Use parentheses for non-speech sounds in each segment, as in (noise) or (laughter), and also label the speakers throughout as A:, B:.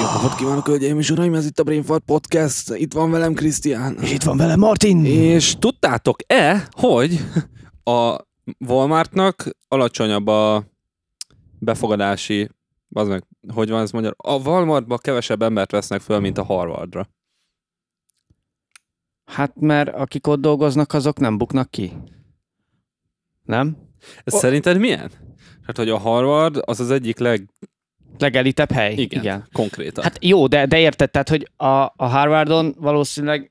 A: Jó napot kívánok, hölgyeim és uraim, ez itt a Brain Fart Podcast, itt van velem Krisztián.
B: És itt van velem Martin.
A: És tudtátok-e, hogy a Walmartnak alacsonyabb a befogadási, az meg, hogy van ez magyar, a Walmartba kevesebb embert vesznek föl, mint a Harvardra.
B: Hát mert akik ott dolgoznak, azok nem buknak ki. Nem?
A: Ez szerinted milyen? Hát, hogy a Harvard az az egyik leg...
B: Legelitebb hely.
A: Igen, Igen. konkrétan.
B: Hát jó, de, de érted, tehát, hogy a, a Harvardon valószínűleg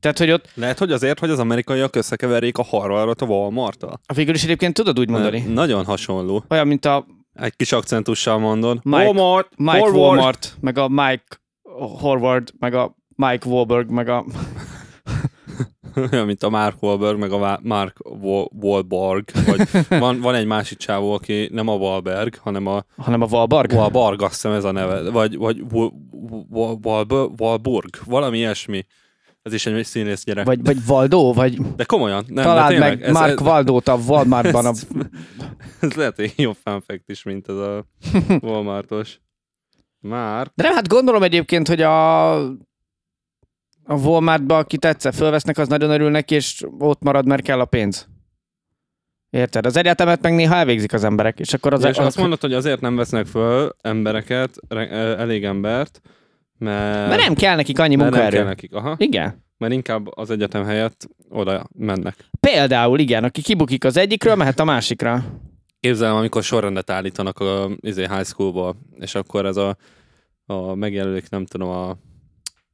B: tehát, hogy ott
A: Lehet, hogy azért, hogy az amerikaiak összekeverjék a Harvardot a Walmart-tal.
B: végül is egyébként tudod úgy mondani.
A: Mert Nagyon hasonló.
B: Olyan, mint a
A: Egy kis akcentussal mondod.
B: Mike-
A: Walmart,
B: Mike
A: Harvard.
B: Horvard. Walmart, meg a Mike Horvard, meg a Mike Wahlberg, meg a...
A: Olyan, (laughs) mint a Mark Wahlberg, meg a Wa- Mark Wa- Wahlberg.
B: (laughs)
A: Vagy van, van egy másik csávó, aki nem a Wahlberg, hanem a
B: hanem a Wahlberg.
A: Wahlberg, azt hiszem ez a neve. Vagy, vagy Wa- Wa- Wahlbe- Wahlburg, valami ilyesmi. Ez is egy színész gyerek.
B: Vagy, vagy Valdo, vagy nem,
A: De komolyan, nem, de
B: találd
A: tényleg,
B: meg Mark
A: ez,
B: Valdót a Walmartban. A...
A: ez, (laughs) ez, lehet egy jobb fun fact is, mint ez
B: (laughs)
A: a Walmartos. Már.
B: De nem, hát gondolom egyébként, hogy a a Walmartba, aki tetsze, fölvesznek, az nagyon örül neki, és ott marad, mert kell a pénz. Érted? Az egyetemet meg néha elvégzik az emberek, és akkor az... e-
A: Az, és
B: az
A: azt mondod, hogy azért nem vesznek föl embereket, re- ö, elég embert, mert,
B: mert nem kell nekik annyi
A: mert nem
B: munkaerő.
A: kell nekik. Aha.
B: Igen.
A: Mert inkább az egyetem helyett oda mennek.
B: Például, igen, aki kibukik az egyikről, mehet a másikra.
A: Képzelem, amikor sorrendet állítanak a izé, high schoolból, és akkor ez a, a megjelölik, nem tudom, a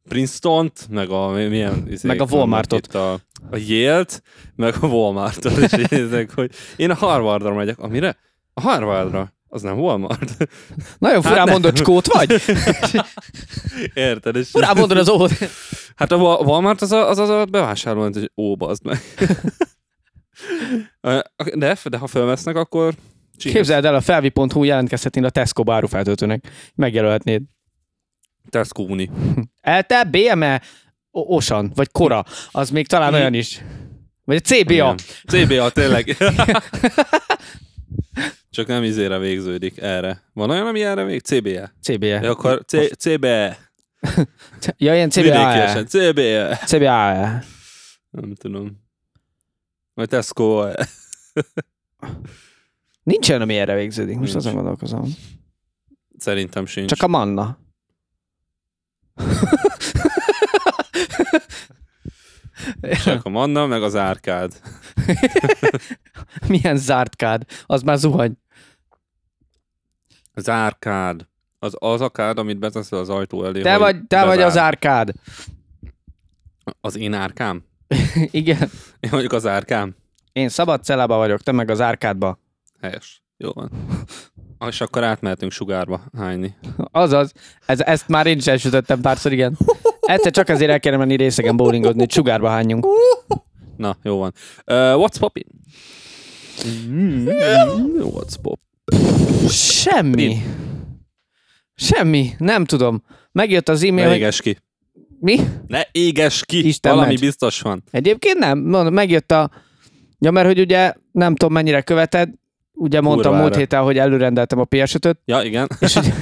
A: Princetont, meg a mi- milyen... Izé,
B: Meg a Walmartot.
A: Itt a, a Yale-t, meg a Walmartot, és így néznek, hogy én a Harvardra megyek. Amire? A Harvardra. Az nem Walmart. (laughs)
B: Nagyon furán
A: nem.
B: mondod, skót vagy?
A: (laughs) Érted? És
B: Furán mondod az óvod.
A: Hát a Wa- Walmart az a, az, az a bevásárló, hogy ó, bazd meg. (laughs) de, de ha fölvesznek, akkor Cheers.
B: Képzeld el, a felvi.hu jelentkezhetnél a Tesco bárufeltöltőnek. Megjelölhetnéd.
A: Tesco Uni.
B: Elte, BME, E, O- Osan, vagy Kora. Az még talán olyan is. Vagy a CBA.
A: Igen. CBA, (laughs) tényleg. Csak nem izére végződik erre. Van olyan, ami erre vég? CBE. De
B: CBA.
A: akkor C- CBE.
B: E. Ja, ilyen CBA.
A: Vidékiesen. CBE.
B: CBA.
A: Nem tudom. Vagy Tesco.
B: Nincs olyan, ami erre végződik. Most
A: Nincs.
B: azon gondolkozom.
A: Szerintem sincs.
B: Csak a Manna. (laughs)
A: Csak a Manna, meg az Árkád.
B: Milyen zárt kád. Az már zuhany.
A: Az Árkád. Az, az a kád, amit beteszel az ajtó elé.
B: Te
A: hogy
B: vagy, te vagy
A: bezár.
B: az árkád. (laughs)
A: Az én árkám?
B: Igen.
A: Én vagyok az árkám?
B: Én szabad cellába vagyok, te meg az árkádba.
A: Helyes. Jó (laughs) van. És akkor átmehetünk sugárba hányni.
B: Azaz, ez, ezt már én is elsütöttem
A: (laughs)
B: párszor, igen. Egyszer csak azért el kéne menni részegen bowlingozni, hogy sugárba hányjunk.
A: Na, jó van. Uh, what's poppin?
B: Mm-hmm.
A: Mm, what's pop?
B: Semmi. Semmi, nem tudom. Megjött az
A: Ne
B: e-mail, hogy
A: éges ki.
B: mi?
A: Ne éges ki!
B: Isten
A: Valami
B: ments.
A: biztos van.
B: Egyébként nem, mondom, megjött a... Ja, mert hogy ugye nem tudom mennyire követed, ugye mondtam
A: Kurvára.
B: múlt héten, hogy előrendeltem a PS5-öt,
A: Ja,
B: (laughs)
A: igen.
B: és
A: (laughs)
B: ugye,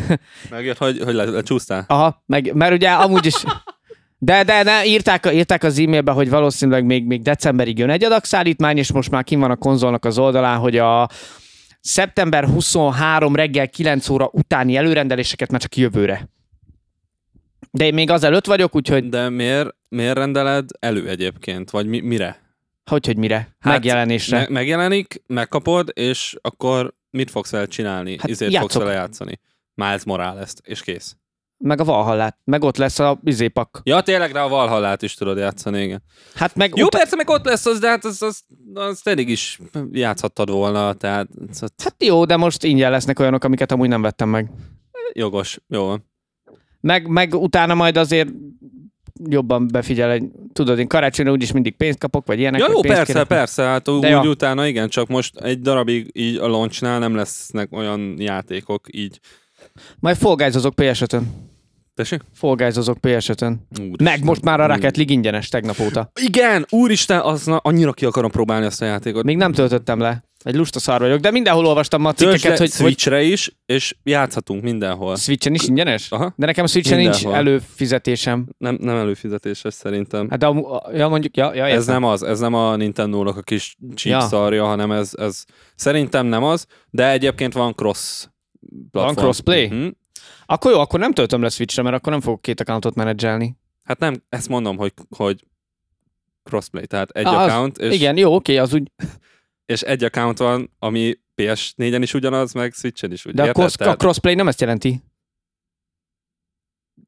A: Megjött, hogy, hogy le, lecsúsztál.
B: aha, meg, mert ugye amúgy is... De, de, ne, írták, írták az e-mailbe, hogy valószínűleg még, még decemberig jön egy adagszállítmány, és most már kim van a konzolnak az oldalán, hogy a szeptember 23 reggel 9 óra utáni előrendeléseket már csak jövőre. De én még azelőtt vagyok, úgyhogy
A: De miért, miért rendeled elő egyébként? Vagy mi, mire?
B: hogy, hogy mire?
A: Hát,
B: Megjelenésre.
A: Me- megjelenik, megkapod, és akkor mit fogsz vele csinálni?
B: Hát
A: Hát Izért
B: játszok.
A: fogsz vele játszani. Miles morales és kész.
B: Meg a Valhallát. Meg ott lesz a izé izépak.
A: Ja, tényleg, de a Valhallát is tudod játszani, igen.
B: Hát meg
A: Jó,
B: ut-
A: persze, meg ott lesz az, de hát azt az, az eddig is játszhattad volna, tehát az, az
B: hát jó, de most ingyen lesznek olyanok, amiket amúgy nem vettem meg.
A: jogos, jó van.
B: Meg, meg utána majd azért jobban befigyel, egy, tudod, én karácsonyra úgyis mindig pénzt kapok, vagy ilyenek.
A: Ja,
B: vagy
A: jó,
B: pénzt
A: persze,
B: kérek.
A: persze, hát úgy
B: ja.
A: utána igen, csak most egy darabig így a launchnál nem lesznek olyan játékok így.
B: Majd folgázozok PS5-ön.
A: Tessék?
B: Folgázozok PS5-ön.
A: Úristen.
B: Meg most már a Rocket League ingyenes tegnap óta.
A: Igen, úristen, az na, annyira ki akarom próbálni azt a játékot.
B: Még nem töltöttem le. Egy lusta szar vagyok, de mindenhol olvastam ma a
A: Töltsd le
B: cikkeket, hogy, hogy
A: Switchre is, és játszhatunk mindenhol.
B: Switchen is ingyenes?
A: Aha.
B: De nekem a Switchen nincs
A: Mindenhol.
B: előfizetésem.
A: Nem, nem előfizetéses szerintem.
B: Hát de a, ja, mondjuk, ja, ja,
A: Ez
B: értem.
A: nem az, ez nem a Nintendo-nak a kis
B: Ja.
A: cheap szarja, hanem ez, ez szerintem nem az, de egyébként van cross platform.
B: crossplay?
A: Mhm.
B: Akkor jó, akkor nem töltöm le Switchre, mert akkor nem fogok két accountot menedzselni.
A: Hát nem, ezt mondom, hogy, hogy crossplay, tehát egy
B: Ah, az-
A: account, és,
B: Igen, jó, oké, az úgy.
A: és egy account van, ami PS4-en is ugyanaz, meg Switch-en is
B: De
A: ugyanaz.
B: a, cross, a crossplay nem ezt jelenti.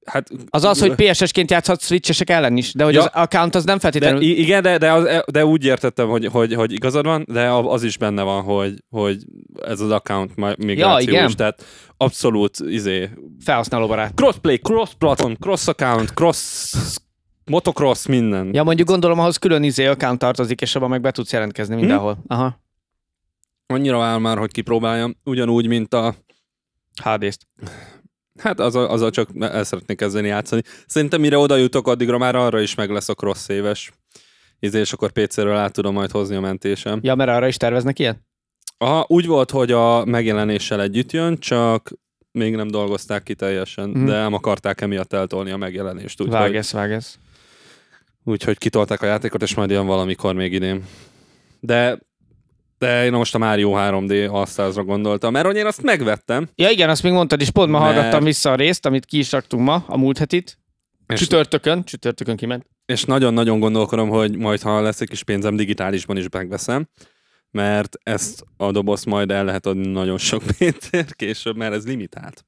A: hát,
B: Az az, hogy PSS-ként játszhat switchesek ellen is, de hogy
A: Ja.
B: az account az nem
A: De,
B: feltétlenül...
A: i- igen, de, de, az, de úgy értettem, hogy, hogy, hogy igazad van, de a- az is benne van, hogy, hogy ez az account ma- migrációs,
B: igen.
A: tehát abszolút izé,
B: felhasználóbarát.
A: crossplay, cross platform, cross account, cross motocross, minden.
B: Ja, mondjuk gondolom ahhoz külön izé account tartozik, és abban meg be tudsz jelentkezni mindenhol. Hm? Aha,
A: Annyira vár már, hogy kipróbáljam, ugyanúgy, mint a
B: hádészt.
A: Hát az a, az a csak el szeretnék kezdeni játszani. Szerintem mire oda jutok, addigra már arra is meg lesz a cross éves. Izé, és akkor PC-ről át tudom majd hozni a mentésem.
B: Ja, mert arra is terveznek ilyet?
A: Aha, úgy volt, hogy a megjelenéssel együtt jön, csak még nem dolgozták ki teljesen,
B: Mhm.
A: mm. de nem akarták emiatt eltolni a megjelenést. Úgyhogy
B: Vágesz, vágesz.
A: úgy, hogy kitolták a játékot, és majd jön valamikor még idén. De de én most a Mario 3D All-Stars-ra gondoltam, mert hogy én azt megvettem.
B: Ja igen, azt még mondtad, és pont ma
A: Mert-
B: hallgattam vissza a részt, amit ki is raktunk ma, a múlt hetit.
A: És-
B: Csütörtökön, csütörtökön kiment.
A: és nagyon-nagyon gondolkodom, hogy majd, ha lesz egy kis pénzem, digitálisban is megveszem, mert ezt a dobozt majd el lehet adni nagyon sok (laughs) pénzért később, mert ez limitált.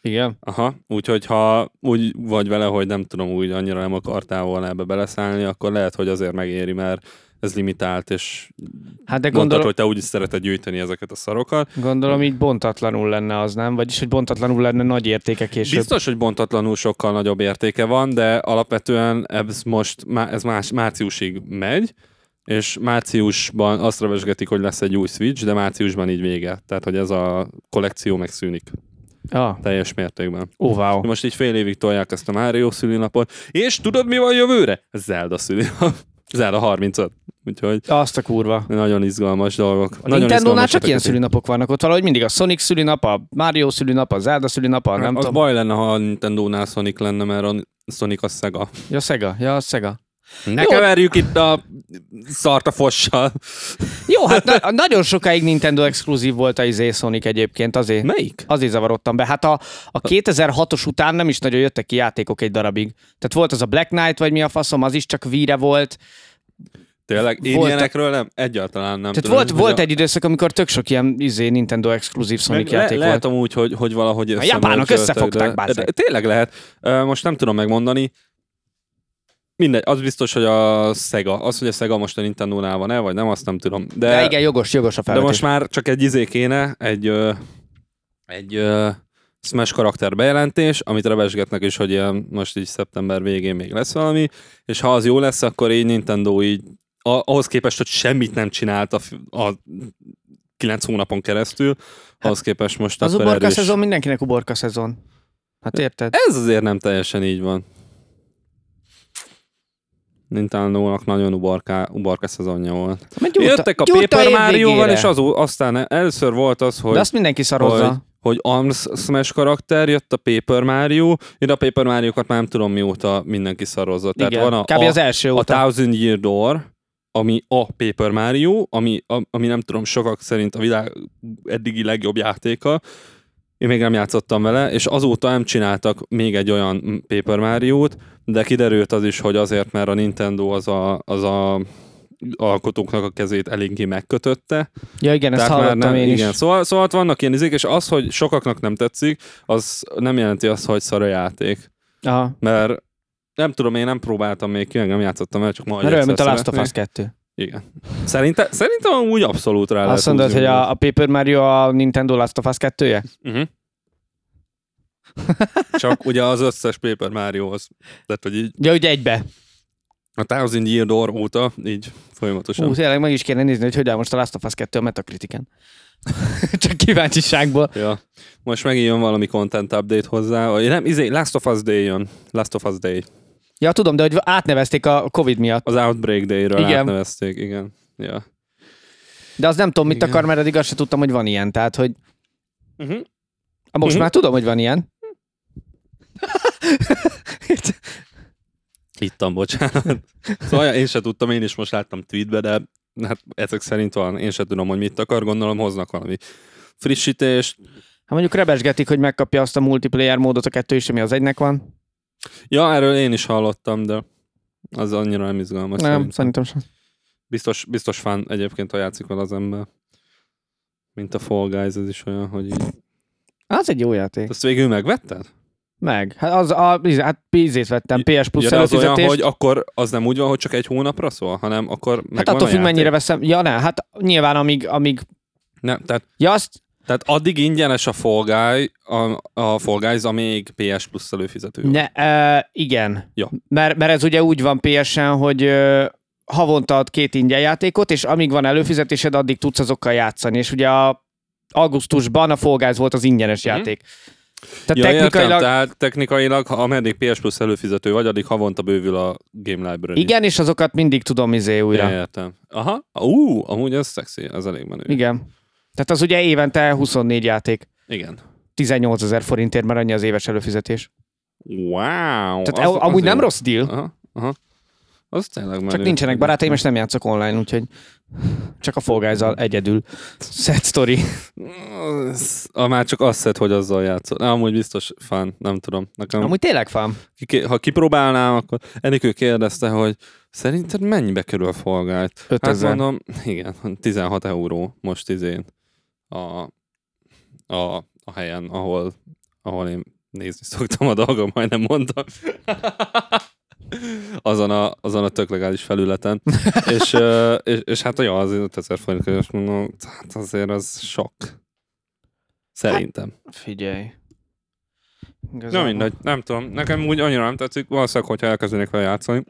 B: Igen.
A: Aha, úgyhogy ha úgy vagy vele, hogy nem tudom, úgy annyira nem akartál volna ebbe beleszállni, akkor lehet, hogy azért megéri, mert ez limitált, és
B: Hát de
A: Gondol... mondtad,
B: gondolom,
A: hogy te úgy is szereted gyűjteni ezeket a szarokat.
B: gondolom így bontatlanul lenne az, nem? Vagyis, hogy bontatlanul lenne nagy értéke később.
A: Biztos, hogy bontatlanul sokkal nagyobb értéke van, de alapvetően ez most má- ez más, márciusig megy, és márciusban azt rövesgetik, hogy lesz egy új Switch, de márciusban így vége. Tehát, hogy ez a kollekció megszűnik
B: Ah,
A: teljes mértékben.
B: ó, wow.
A: Most így fél évig tolják ezt a Mario szülinapot, és tudod, mi van jövőre? Zelda szülinap. (laughs) Zelda 35. Úgyhogy
B: Azt a kurva.
A: nagyon izgalmas dolgok.
B: A
A: nagyon
B: Nintendo-nál
A: izgalmas
B: csak ilyen
A: hetek.
B: szülinapok vannak ott valahogy mindig a Sonic szülinap, a Mario szülinap, a Zelda szülinap, a nem
A: Az
B: tudom.
A: baj lenne, ha a Nintendo-nál Sonic lenne, mert a Sonic a Sega.
B: Ja, Sega, ja, Sega.
A: Ne
B: Jó.
A: keverjük itt a szart a fossal.
B: Jó, (laughs) hát na- nagyon sokáig Nintendo exkluzív volt a izé Sonic egyébként, azért.
A: Melyik?
B: Azért zavarodtam be. Hát a, a 2006-os után nem is nagyon jöttek ki játékok egy darabig. Tehát volt az a Black Knight, vagy mi a faszom, az is csak víre volt.
A: Tényleg, én
B: Volt-
A: volt ilyenekről nem, egyáltalán nem
B: Tehát
A: tudom.
B: volt,
A: Hogy
B: volt
A: a-
B: egy időszak, amikor tök sok ilyen izé, Nintendo exkluzív Sonic
A: Meg
B: játék
A: le,
B: volt.
A: lehet amúgy, hogy, hogy valahogy A
B: japánok összefogták,
A: de,
B: bázzeg.
A: de, Tényleg lehet. Ö, Most nem tudom megmondani. Mindegy, az biztos, hogy a Sega. Az, hogy a Sega most a Nintendo-nál van-e, vagy nem, azt nem tudom. De,
B: De igen, jogos, jogos a
A: de
B: felvetés.
A: most már csak egy izé kéne, egy, ö, egy ö, Smash karakter bejelentés, amit rebesgetnek is, hogy ilyen most így szeptember végén még lesz valami, és ha az jó lesz, akkor így Nintendo így a, ahhoz képest, hogy semmit nem csinált a, f- a 9 hónapon keresztül, ahhoz képest most
B: az
A: akkor
B: uborka
A: erős.
B: szezon mindenkinek uborka szezon. Hát érted?
A: Ez azért nem teljesen így van. Nintendo-nak nagyon ubarká, ubarka szezonja volt.
B: Mert
A: Gyújta, Jöttek a Paper
B: év
A: Mario-val,
B: végére.
A: és az, aztán először volt az, hogy
B: De azt mindenki
A: hogy,
B: szarozza.
A: hogy Arms Smash karakter, jött a Paper Mario, én a Paper Mario-kat már nem tudom mióta mindenki szarozza. Tehát
B: Igen.
A: van a,
B: Kb.
A: a,
B: az első
A: a
B: óta.
A: Thousand Year Door, ami a Paper Mario, ami, a, ami nem tudom, sokak szerint a világ eddigi legjobb játéka. Én még nem játszottam vele, és azóta nem csináltak még egy olyan mm, Paper Mario-t, de kiderült az is, hogy azért, mert a Nintendo az a, az a alkotóknak a kezét eléggé megkötötte,
B: Ja igen, ezt
A: tehát már
B: hallottam
A: nem,
B: én
A: igen.
B: is.
A: Szóval, szóval ott vannak ilyen izék, és az, hogy sokaknak nem tetszik, az nem jelenti azt, hogy szar a játék.
B: Aha.
A: Mert nem tudom, én nem próbáltam még ki, meg nem játszottam el, csak majd
B: Mert olyan, mint a
A: egyszer
B: Last of Us
A: szeretnék.
B: 2.
A: Igen. Szerinte, szerintem úgy abszolút rá lehet
B: Azt mondod,
A: húzni
B: hogy
A: magát.
B: a, a Paper Mario a Nintendo Last of Us 2
A: Uh-huh. Csak ugye az összes Paper Mario-hoz. Tehát, hogy így
B: Ja, ugye egybe.
A: a Thousand Year Door óta, így folyamatosan.
B: Hú, tényleg meg is kéne nézni, hogy hogy áll most a Last of Us 2 a Metacritiken. (laughs) Csak kíváncsiságból.
A: Ja. Most megint jön valami content update hozzá. Vagy Nem, izé, Last of Us Day jön. Last of Us Day.
B: Ja, tudom, de hogy átnevezték a Covid miatt.
A: Az Outbreak Day-ről
B: Igen.
A: átnevezték, igen. Ja.
B: De az nem tudom, mit
A: Igen.
B: akar, mert eddig azt sem tudtam, hogy van ilyen. Tehát, hogy
A: Uh-huh.
B: Ah, most
A: Mhm.
B: már tudom, hogy van ilyen.
A: Hittem, bocsánat. Szóval én se tudtam, én is most láttam tweetbe, de hát ezek szerint van, én se tudom, hogy mit akar, gondolom hoznak valami frissítést.
B: Ha mondjuk rebesgetik, hogy megkapja azt a multiplayer módot a kettő is, ami az egynek van.
A: Ja, erről én is hallottam, de az annyira nem izgalmas.
B: Nem,
A: Nem.
B: szerintem sem.
A: Biztos, biztos fán egyébként, ha játszik vele az ember. Mint a Fall Guys, ez is olyan, hogy így.
B: Az egy jó játék.
A: Ezt végül megvetted?
B: Meg. Hát az a, íz- hát ízét vettem, PS Plus
A: Ja, de az olyan,
B: előfizetést.
A: hogy akkor az nem úgy van, hogy csak egy hónapra szól, hanem akkor
B: Hát
A: megvan
B: attól
A: a
B: függ, mennyire
A: játék.
B: veszem. Ja, nem, hát nyilván amíg, amíg
A: Nem, tehát
B: Ja, azt,
A: Tehát addig ingyenes a Fall, Guy, a, a Fall Guys, amíg PS Plus előfizető. van.
B: ne, e, igen.
A: Ja.
B: Mert, mert ez ugye úgy van PS-en, hogy ö, havonta ad két ingyen játékot, és amíg van előfizetésed, addig tudsz azokkal játszani. És ugye a augusztusban a Fall Guys volt az ingyenes
A: Mhm.
B: játék. Tehát
A: Ja,
B: technikailag...
A: értem, tehát technikailag, ha ameddig PS Plus előfizető vagy, addig havonta bővül a Game Library.
B: Igen, és azokat mindig tudom izé újra.
A: Ja, értem. Aha, ú, amúgy ez szexi, ez elég menő.
B: Igen. Tehát az ugye évente 24 játék.
A: Igen.
B: 18 ezer forintért, mert annyi az éves előfizetés.
A: Wow.
B: Tehát az, amúgy nem rossz deal,
A: Aha, aha. Az tényleg menő.
B: csak nincsenek barátaim, és nem játszok online, úgyhogy csak a fogázzal egyedül. Sad story.
A: Az- A már csak azt szed, hogy azzal játszol. Na, Amúgy biztos fán, nem tudom. Nekem
B: Amúgy tényleg fám.
A: ki- ha kipróbálnám, akkor Enikő kérdezte, hogy szerinted mennyibe kerül a Fall Guys?
B: 5000.
A: Hát mondom, igen, 16 euró most izén a, a, a helyen, ahol, ahol én nézni szoktam a dolgom, majdnem mondtam. (laughs) azon, a, azon a tök legális felületen. és, ö, és, és, hát olyan az 5000 forint között, és mondom, hát azért az sok. Szerintem.
B: Figyelj. Igazából.
A: Na mindegy, nem tudom. Nekem úgy annyira nem tetszik, valószínűleg, hogyha elkezdenék vele játszani,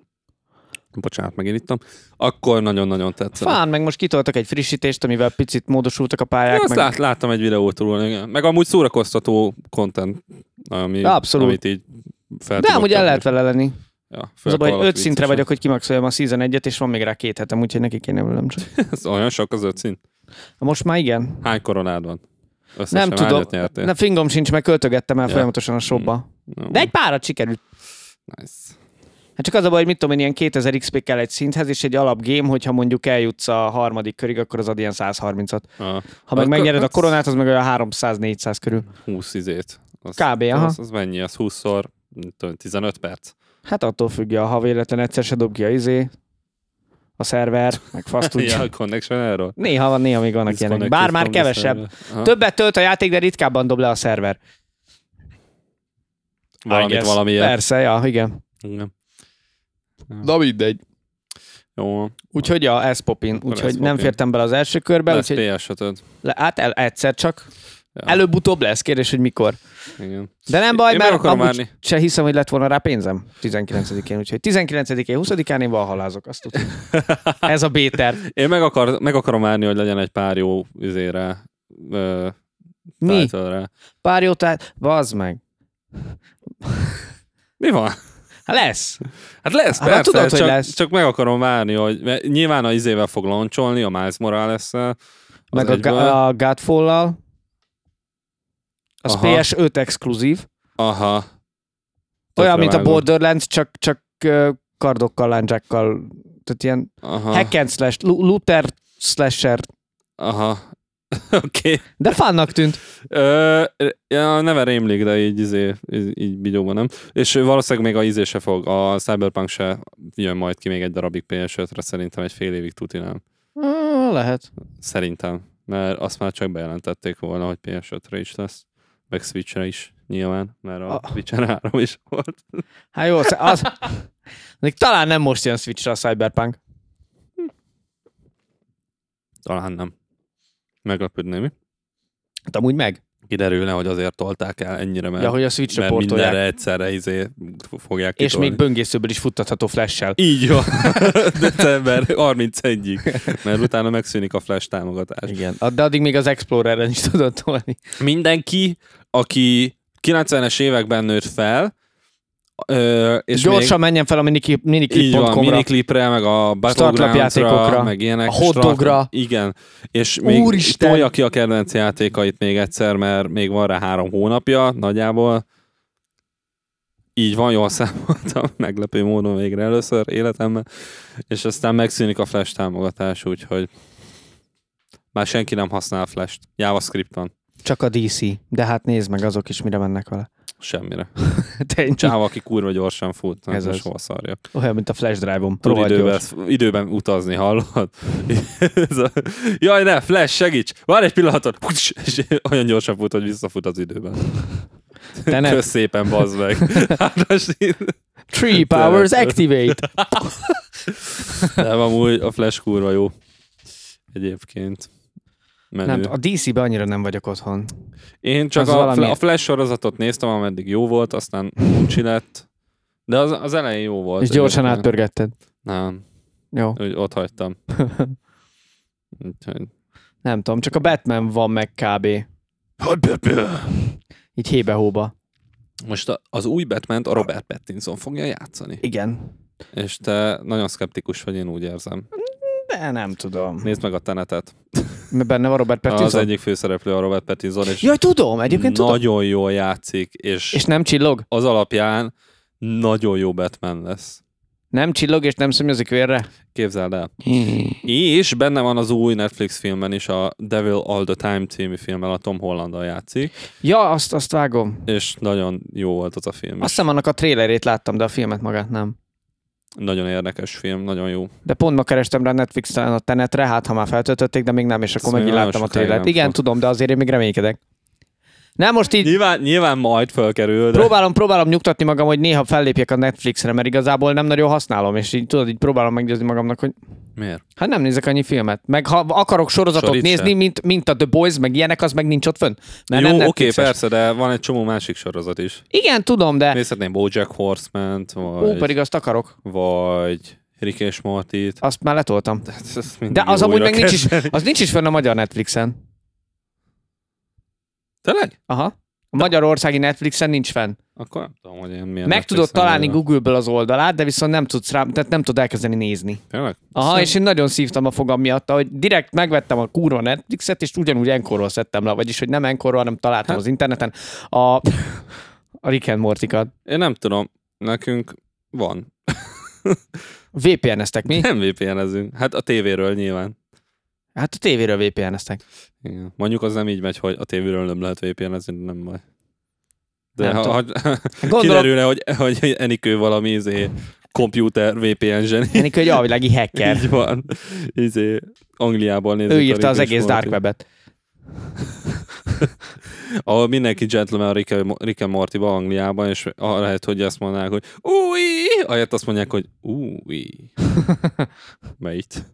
A: bocsánat, megint ittam, akkor nagyon-nagyon tetszett.
B: Fán, meg most kitoltak egy frissítést, amivel picit módosultak a pályák.
A: Ja, azt
B: meg...
A: lát, láttam egy videót róla, igen. Meg amúgy szórakoztató content, ami,
B: Abszolút.
A: amit így fel
B: De
A: tudok
B: amúgy el
A: tenni.
B: lehet vele lenni.
A: Ja,
B: Az
A: főleg
B: a baj, hogy
A: valaki
B: 5 szintre
A: viccesen.
B: vagyok, hogy kimaxoljam a season 1-et, és van még rá két hetem, úgyhogy neki kéne nem csak.
A: (laughs) Ez olyan sok az öt szint.
B: Most már igen.
A: Hány koronád van? Összesen
B: Nem tudom.
A: hányat nyertél?
B: Na, fingom sincs, mert költögettem el
A: Ja. Mm.
B: folyamatosan a shopba.
A: Jó,
B: De egy párat sikerült.
A: nice.
B: Hát csak az a baj, hogy mit tudom én, ilyen 2000 XP kell egy szinthez, és egy alapgém, hogyha mondjuk eljutsz a harmadik körig, akkor az ad ilyen 130-at.
A: A
B: Ha meg
A: Akkor-
B: megnyered a
A: hát-
B: koronát, az meg olyan 300-400 körül.
A: 20 izét. Az,
B: Kb. Aha.
A: az, az mennyi? Az 20-szor, nem tudom, 15 perc.
B: Hát attól függ, ja, ha véletlen egyszer se dob ki a izé, a szerver,
A: (laughs)
B: meg fasz
A: ja,
B: tudja.
A: a connection error.
B: Néha van, néha még vannak ilyenek. Bár már kevesebb.
A: Több
B: Többet tölt a játék, de ritkábban dob le a szerver. I
A: valamit,
B: guess.
A: valami ilyen.
B: Persze, ja, igen.
A: Igen.
B: Na mindegy.
A: Jó,
B: Úgyhogy ja, ez popin.
A: Akkor ez
B: Úgyhogy nem
A: popin.
B: fértem bele az első körbe,
A: lesz
B: úgyhogy
A: ps 5
B: le, hát el, egyszer csak.
A: Ja.
B: Előbb-utóbb lesz, kérdés, hogy mikor.
A: Igen.
B: De nem baj,
A: Én meg
B: mert
A: akarom
B: amúgy
A: várni.
B: se hiszem, hogy lett volna rá pénzem 19-én, úgyhogy 19-én, 20-án én valhalázok,
A: (laughs)
B: azt tudom. Ez a B-terv.
A: Én meg, akar, meg akarom várni, hogy legyen egy pár jó üzére. Ö,
B: Mi?
A: title-re.
B: Pár jó tár... Bazd meg.
A: Mi van?
B: Hát lesz.
A: Hát lesz,
B: Hát
A: persze,
B: tudod, hogy
A: csak,
B: lesz.
A: csak meg akarom várni, hogy mert nyilván a izével fog lancsolni, a Miles morales
B: Meg a, Ga- a Godfall-lal. Az
A: Aha.
B: PS5 exkluzív.
A: Aha. Tökre
B: Olyan, mint a
A: vágom.
B: Borderlands, csak, csak ö, kardokkal, láncsákkal. Tehát ilyen
A: Aha,
B: ha. hack and slash, lu- looter slasher.
A: aha. (laughs) Oké. Okay.
B: De fánnak tűnt.
A: Ö, ja, a neve rémlik, de így, izé, így, így bigyóban nem. És valószínűleg még a izé se fog, a Cyberpunk se jön majd ki még egy darabig PS5-re, szerintem egy fél évig tuti nem.
B: Ah, lehet.
A: Szerintem. Mert azt már csak bejelentették volna, hogy PS5-re is lesz. Meg Switch-re is nyilván, mert a,
B: A-
A: a... Witcher 3 is volt.
B: Hát jó, sz- az... Még talán nem most jön Switchre a Cyberpunk.
A: Talán nem. Meglepődné mi?
B: Hát amúgy meg.
A: Kiderülne, hogy azért tolták el ennyire, mert,
B: Ja, hogy a Switchre
A: mert
B: portolják.
A: mindenre egyszerre izé fogják
B: És
A: kitolni.
B: még böngészőből is futtatható flash-sel.
A: Így van. (laughs) December 31-ig. Mert utána megszűnik a Flash támogatás.
B: Igen. De addig még az Explorer-en is (laughs) tudod tolni.
A: Mindenki, aki 90-es években nőtt fel, Ö, és
B: Gyorsan menjen fel a
A: még, így van,
B: minikip.com-ra.
A: miniklipre, meg a
B: játékokra,
A: Battlegrounds-ra, meg ilyenek.
B: a hotdogra.
A: Strat- Igen. És még
B: Úristen!
A: tolja ki a kedvenc játékait még egyszer, mert még van rá három hónapja nagyjából. Így van, jól számoltam, (laughs) meglepő módon végre először életemben. És aztán megszűnik a Flash támogatás, úgyhogy már senki nem használ Flash-t. JavaScript van.
B: Csak a DC. De hát nézd meg, azok is mire mennek vele.
A: Semmire.
B: (laughs) Tényleg.
A: Csáva, aki kurva gyorsan fut, nem
B: Ez
A: ez
B: az.
A: az. hol szarja.
B: Olyan, mint a flash drive-om.
A: Tud
B: Rohadt
A: időben,
B: gyors.
A: időben utazni, hallod? (laughs) Ez a- Jaj, ne, Flash, segíts! Várj egy pillanatot! Pucs! És olyan gyorsan fut, hogy visszafut az időben.
B: Te nem.
A: Kösz szépen, bazd
B: (laughs)
A: meg. Hát most így-
B: Tree powers activate.
A: Nem, amúgy a Flash kurva jó. Egyébként. Menő.
B: Nem, a DC-be annyira nem vagyok otthon.
A: Én csak
B: az
A: a,
B: valami-
A: fl- a Flash sorozatot néztem, ameddig jó volt, aztán uncsi lett. De az, az elején jó volt.
B: És gyorsan
A: egyébként.
B: átpörgetted.
A: Nem,
B: Jó.
A: úgy ott
B: (laughs)
A: hagytam. Úgyhogy...
B: Nem tudom, csak a Batman van meg kb. Így hébe-hóba.
A: Most a- az új batman a Robert Pattinson fogja játszani.
B: Igen.
A: És te nagyon szkeptikus vagy, én úgy érzem.
B: De nem tudom.
A: Nézd meg a tenetet.
B: Mert benne van Robert
A: Az
B: Pattinson? Egy...
A: egyik főszereplő a Robert Pattinson, és
B: Jaj, tudom, egyébként tudom.
A: nagyon jól játszik, és,
B: És nem csillog?
A: az alapján nagyon jó Batman lesz.
B: Nem csillog, és nem szomjazik vérre?
A: Képzeld el. És benne van az új Netflix filmben is, a Devil All the Time című filmben a Tom Hollandal játszik,
B: Ja, azt, azt vágom.
A: és nagyon jó volt az a film.
B: Azt
A: Is.
B: hiszem annak a trélerét láttam, de a filmet magát nem.
A: Nagyon érdekes film, nagyon jó.
B: De pont ma kerestem rá Netflixen a Tenetre, hát ha már feltöltötték, de még nem, és
A: Ezt
B: akkor
A: még
B: megint
A: nagyon
B: láttam a
A: sokáig
B: trélert.
A: nem
B: Igen,
A: fog.
B: tudom, de azért én még reménykedek. Na most így
A: Nyilván, nyilván majd fölkerül, de...
B: Próbálom, próbálom nyugtatni magam, hogy néha fellépjek a Netflixre, mert igazából nem nagyon használom, és így tudod, így próbálom meggyőzni magamnak, hogy
A: Miért?
B: hát nem nézek annyi filmet. Meg ha akarok sorozatot
A: Sorit
B: Sorit
A: sem.
B: nézni, mint, mint a The Boys, meg ilyenek, az meg nincs ott fönn. Mert
A: Jó,
B: nem
A: oké,
B: Netflixes.
A: persze, de van egy csomó másik sorozat is.
B: Igen, tudom, de
A: Nézhetném BoJack Horseman-t, vagy,
B: ó, pedig azt akarok.
A: vagy Rick és Morty-t.
B: Azt már letoltam.
A: Ez- ez mindig
B: De az
A: jó
B: amúgy
A: újra
B: meg nincs is,
A: kezdeni.
B: az nincs is fönn a magyar Netflixen.
A: Tényleg?
B: Aha. A magyarországi Netflixen nincs fenn.
A: Akkor nem tudom, hogy én milyen
B: Meg tudod
A: Netflixen
B: találni
A: vagyok.
B: Google-ből az oldalát, de viszont nem tudsz rá, tehát nem tudod elkezdeni nézni.
A: Tényleg?
B: Aha, és én nagyon szívtam a fogam miatt, hogy direkt megvettem a kurva Netflixet, és ugyanúgy enkorról szedtem le, vagyis hogy nem enkorról, hanem találtam
A: Hát.
B: az interneten a, a Rick and Mortikat.
A: Én nem tudom, nekünk van.
B: VPN-eztek mi?
A: Nem VPN-ezünk. Hát a tévéről nyilván.
B: Hát a tévéről VPN-eztek.
A: Igen. Mondjuk az nem így megy, hogy a tévéről nem lehet VPN-ezni, de nem baj. De
B: Nem
A: ha, ha
B: Gondolom,
A: kiderülne, hogy, hogy Enikő valami izé, komputer VPN zseni.
B: Enikő egy alvilági
A: (laughs)
B: hacker.
A: Így van. Izé, Angliából nézik.
B: Ő
A: a
B: írta az
A: Rick és
B: egész
A: Morty-t.
B: Dark Web-et.
A: ahol mindenki gentleman Rick, and- Rick and morty Angliában, és lehet, hogy azt mondanák, hogy új, ahelyett azt mondják, hogy
B: (laughs)
A: új. Melyit?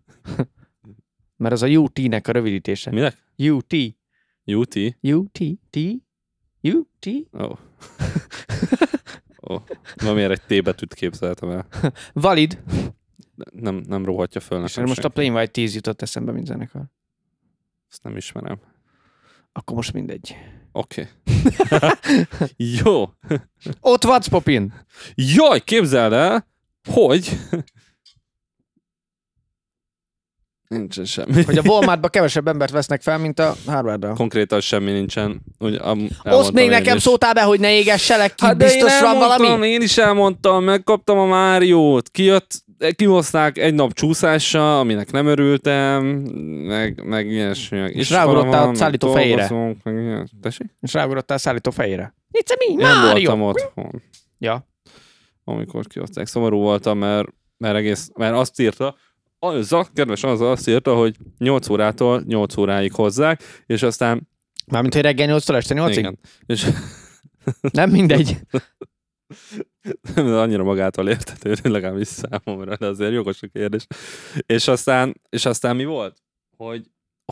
B: Mert az a UT-nek a rövidítése.
A: Minek?
B: UT.
A: UT?
B: UT. T. UT.
A: Ó. Oh. oh. Na miért egy T betűt képzeltem el?
B: Valid.
A: Nem, nem róhatja föl
B: És
A: nekem
B: most
A: most
B: a Plain White 10 jutott eszembe, mint zenekar.
A: Ezt nem ismerem.
B: Akkor most mindegy.
A: Oké. (laughs) Jó.
B: Ott What's Popin.
A: Jaj, képzeld el, hogy... Nincsen semmi.
B: Hogy a Walmartba kevesebb embert vesznek fel, mint a Harvardra.
A: Konkrétan semmi nincsen. Úgy, am,
B: Oszt
A: elmondtam
B: még
A: én
B: nekem
A: is.
B: szótál be, hogy ne égesselek ki, hát biztos van
A: elmondtam,
B: valami?
A: Én is elmondtam, megkaptam a Máriót, kijött, kihozták egy nap csúszással, aminek nem örültem, meg, meg ilyesmi.
B: És ráugrottál
A: valahol
B: a szállító
A: még
B: fejére.
A: dolgozunk, meg ilyes- Tessék?
B: És ráugrottál a szállító fejére. It's a me,
A: Én
B: Mario!
A: voltam otthon,
B: Ja.
A: amikor kihozták. Szomorú voltam, mert, mert, egész, mert azt írta, az a, kedves az azt írta, hogy 8 órától 8 óráig hozzák, és aztán...
B: Mármint, hogy reggel 8-tól este 8-ig?
A: Igen. És (laughs)
B: Nem mindegy.
A: Nem, ez annyira magától értetődő, legalábbis számomra, de azért jogos a kérdés. És aztán, és aztán mi volt? Hogy,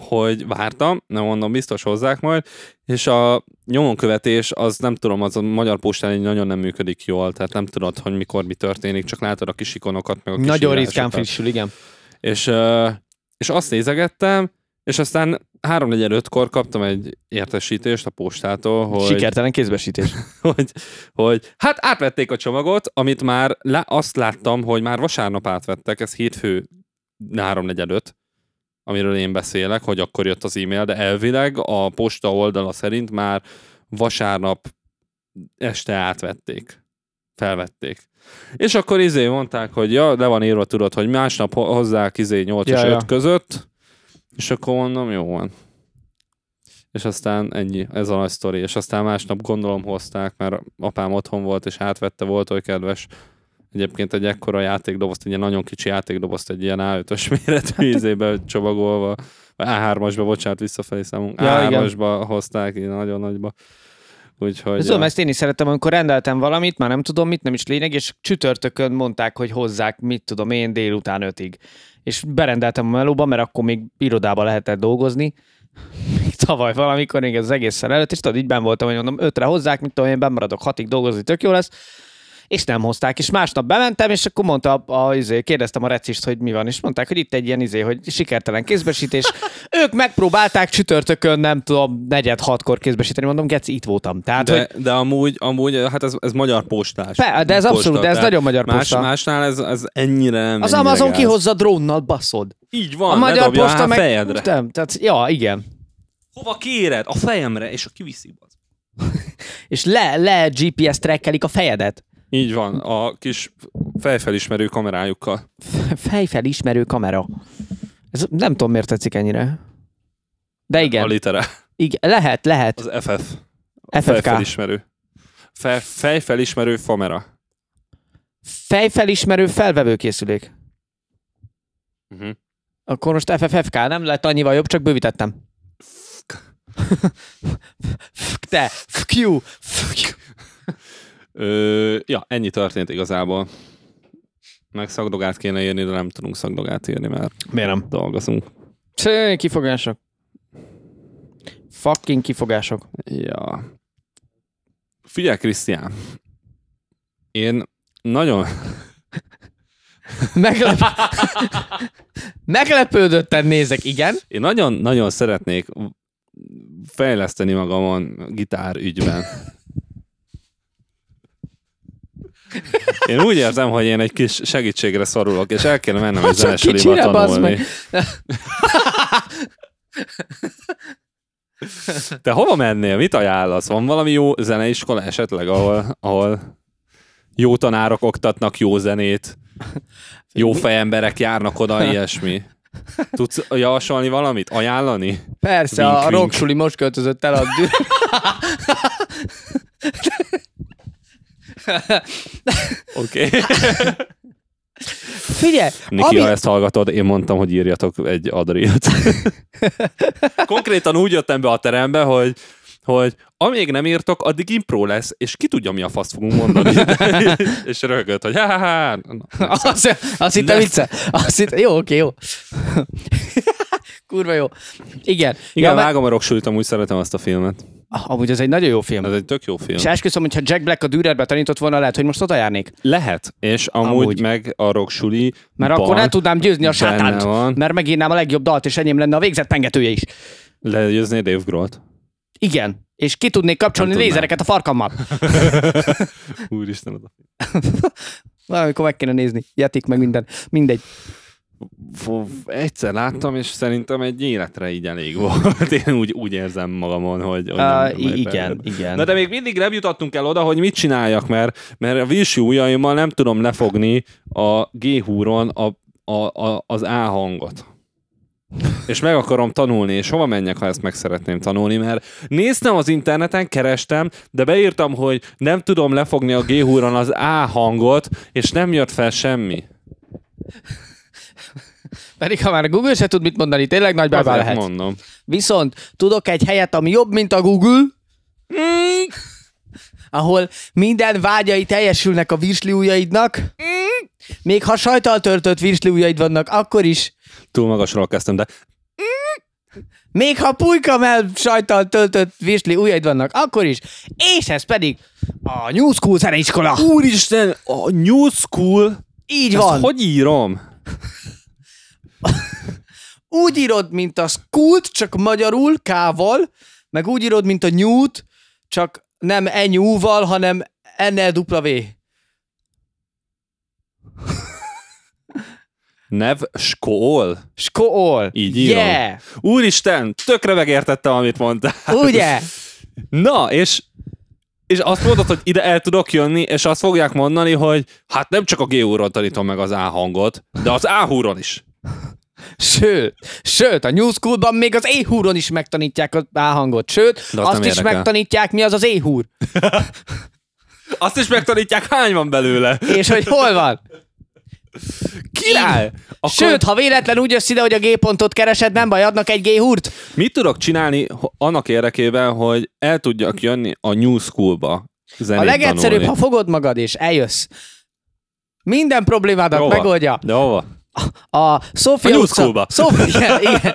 A: hogy vártam, nem mondom, biztos hozzák majd, és a nyomonkövetés, az nem tudom, az a magyar postán így nagyon nem működik jól, tehát nem tudod, hogy mikor mi történik, csak látod a kis ikonokat, meg a kis
B: Nagyon ritkán
A: írásokat.
B: frissül, igen.
A: És, ö, és azt nézegettem, és aztán 3-4-5-kor kaptam egy értesítést a postától, hogy,
B: Sikertelen kézbesítés.
A: (laughs) hogy, hogy hát átvették a csomagot, amit már lá, azt láttam, hogy már vasárnap átvettek, ez hétfő 3-4-5, amiről én beszélek, hogy akkor jött az e-mail, de elvileg a posta oldala szerint már vasárnap este átvették, felvették. És akkor izé mondták, hogy ja, le van írva, tudod, hogy másnap ho- hozzák izé 8 és
B: Ja,
A: 5
B: ja.
A: között, és akkor mondom, jó van. És aztán ennyi, ez a nagy sztori. És aztán másnap gondolom hozták, mert apám otthon volt, és átvette, volt oly kedves. Egyébként egy ekkora játékdobozt, egy ilyen nagyon kicsi játékdobozt, egy ilyen A5-ös
B: (laughs)
A: méretű ízébe csomagolva, vagy A3-asba, bocsánat, visszafelé számunk,
B: Ja, igen.
A: A3-asba hozták, így nagyon nagyba. Úgyhogy...
B: Tudom, ezt én is szerettem, amikor rendeltem valamit, már nem tudom mit, nem is lényeg, és csütörtökön mondták, hogy hozzák, mit tudom én, délután ötig. És berendeltem a melóba, mert akkor még irodába lehetett dolgozni. (laughs) Még tavaly valamikor, még az egészen előtt, és tudod, így ben voltam, hogy mondom, ötre hozzák, mit tudom én, bemaradok hatig dolgozni, tök jó lesz. És nem hozták, és másnap bementem, és akkor mondta, a, a, izé, kérdeztem a recist, hogy mi van, és mondták, hogy itt egy ilyen izé, hogy sikertelen kézbesítés. ők megpróbálták csütörtökön, nem tudom, negyed hatkor kézbesíteni, mondom, geci, itt voltam. Tehát,
A: De,
B: hogy
A: hogy... de amúgy, amúgy, hát ez, ez magyar postás.
B: Pe- de ez abszolút, de ez
A: tehát
B: nagyon magyar
A: más,
B: posta.
A: Másnál ez, ez ennyire nem.
B: Az
A: ennyire
B: Amazon
A: gáz.
B: kihozza drónnal, baszod.
A: Így van,
B: A magyar posta meg...
A: fejedre.
B: Nem, tehát, ja, igen.
A: Hova kéred? A fejemre, és a kiviszi. bazd.
B: És le, le GPS trekkelik a fejedet. (laughs)
A: Így van, a kis fejfelismerő kamerájukkal.
B: Fejfelismerő kamera. Ez nem tudom, miért tetszik ennyire. De
A: A
B: igen,
A: litere.
B: igen lehet, lehet.
A: Az FF.
B: FFK.
A: Fejfelismerő. Fe, fejfelismerő famera.
B: Fejfelismerő felvevőkészülék.
A: Uh-huh.
B: Akkor most FFFK nem lett annyival jobb, csak bővítettem. (laughs) Fk te, fk you, fk you.
A: Ö, ja, ennyi történt igazából. Meg szakdogát kéne írni, de nem tudunk szakdogát írni, mert
B: Miért nem?
A: dolgozunk.
B: Cső, kifogások. Fucking kifogások.
A: Ja. Figyelj, Krisztián. Én nagyon...
B: Meglep... Meglepődötten nézek, igen.
A: Én nagyon-nagyon szeretnék fejleszteni magamon gitár ügyben. Én úgy érzem, hogy én egy kis segítségre szorulok, és el kéne mennem egy
B: Hát Csak
A: zenesuliba
B: kicsire, bazd
A: tanulni. Te hova mennél? Mit ajánlasz? Van valami jó zeneiskola esetleg, ahol, ahol jó tanárok oktatnak jó zenét, jó fejemberek járnak oda, ilyesmi? Tudsz javasolni valamit? Ajánlani?
B: Persze,
A: Wink,
B: a
A: wink.
B: rocksuli most költözött el a dű...
A: (laughs) Oké. Okay.
B: Figyelj,
A: Niki,
B: ami...
A: ha ezt hallgatod, én mondtam, hogy írjatok egy adrilt. (laughs) Konkrétan úgy jöttem be a terembe, hogy hogy amíg nem írtok, addig impro lesz, és ki tudja, mi a faszt fogunk (laughs) mondani. és rögött, hogy ha
B: Azt, (laughs) azt hittem
A: Nem.
B: vicce. Azt hittem... Jó, oké, jó. (laughs) Kurva jó. Igen.
A: Igen,
B: ja, mert-
A: vágom a rocksült, amúgy szeretem azt a filmet.
B: Ah, Amúgy ez egy nagyon jó film.
A: Ez egy tök jó film.
B: És esküszöm, hogyha Jack Black a Dürerbe tanított volna, lehet, hogy most oda járnék.
A: Lehet, és amúgy,
B: Amúgy.
A: meg a rocksuli.
B: Mert akkor nem tudnám győzni a
A: benne
B: sátánt.
A: van.
B: Mert megírnám a legjobb dalt, és enyém lenne a végzett pengetője is.
A: Legyőzné Dave Grohl-t.
B: Igen. És ki tudnék kapcsolni
A: Nem tudnám.
B: lézereket a farkammal.
A: Úristen, az a
B: Valamikor meg kéne nézni. Jetik meg minden. Mindegy.
A: Fú, egyszer láttam, és szerintem egy életre így elég volt. (laughs) Én úgy, úgy érzem magamon, hogy... hogy nem-
B: Uh,
A: nem
B: igen, igen.
A: Na de még mindig nem jutottunk el oda, hogy mit csináljak, mert, mert a vilsi ujjaimmal nem tudom lefogni a G-húron a, a, a, az A hangot. És meg akarom tanulni, és hova menjek, ha ezt meg szeretném tanulni, mert néztem az interneten, kerestem, de beírtam, hogy nem tudom lefogni a G-húron az A hangot, és nem jött fel semmi.
B: Pedig ha már a Google se tud mit mondani, tényleg nagy bábá
A: Azért
B: lehet. Mond.
A: mondom.
B: Viszont tudok egy helyet, ami jobb, mint a Google,
A: Mm.
B: ahol minden vágyai teljesülnek a virsli ujjaidnak, Mm. még ha sajtal törtött virsli ujjaid vannak, akkor is,
A: Túl magasról kezdtem, de
B: még ha pulykamel sajtal töltött virsli ujjaid vannak, akkor is, és ez pedig a New School zeneiskola.
A: Úristen, a New School,
B: Így
A: ezt
B: van.
A: hogy írom?
B: úgy írod, mint a kult, csak magyarul, kával, meg úgy írod, mint a nyút, csak nem enyúval, hanem NLW.
A: Nev Skol.
B: Skool.
A: Így írom.
B: Yeah.
A: Úristen, tökre megértettem, amit mondtál.
B: Ugye?
A: (laughs) Na, és, és azt mondod, hogy ide el tudok jönni, és azt fogják mondani, hogy hát nem csak a G-úron tanítom meg az A hangot, de az A húron is.
B: Sőt, sőt, a New Schoolban még az éhúron is megtanítják az áhangot. Sőt,
A: De
B: De
A: azt
B: azt
A: nem
B: is
A: érdekel.
B: megtanítják, mi az az
A: (laughs)
B: éhúr.
A: Azt is megtanítják, hány van belőle.
B: És hogy hol van.
A: Király! Akkor
B: Sőt, ha véletlen úgy jössz ide, hogy a G-pontot keresed, nem baj, adnak egy G-húrt.
A: mit tudok csinálni ho- annak érdekében, hogy el tudjak jönni a New School-ba zenét
B: A legegyszerűbb, ha
A: tanulni?
B: fogod magad és eljössz. Minden problémádat
A: Hova?
B: megoldja.
A: De hova?
B: A Szófia
A: A New
B: utca...
A: Schoolba. (laughs)
B: Szófia, igen.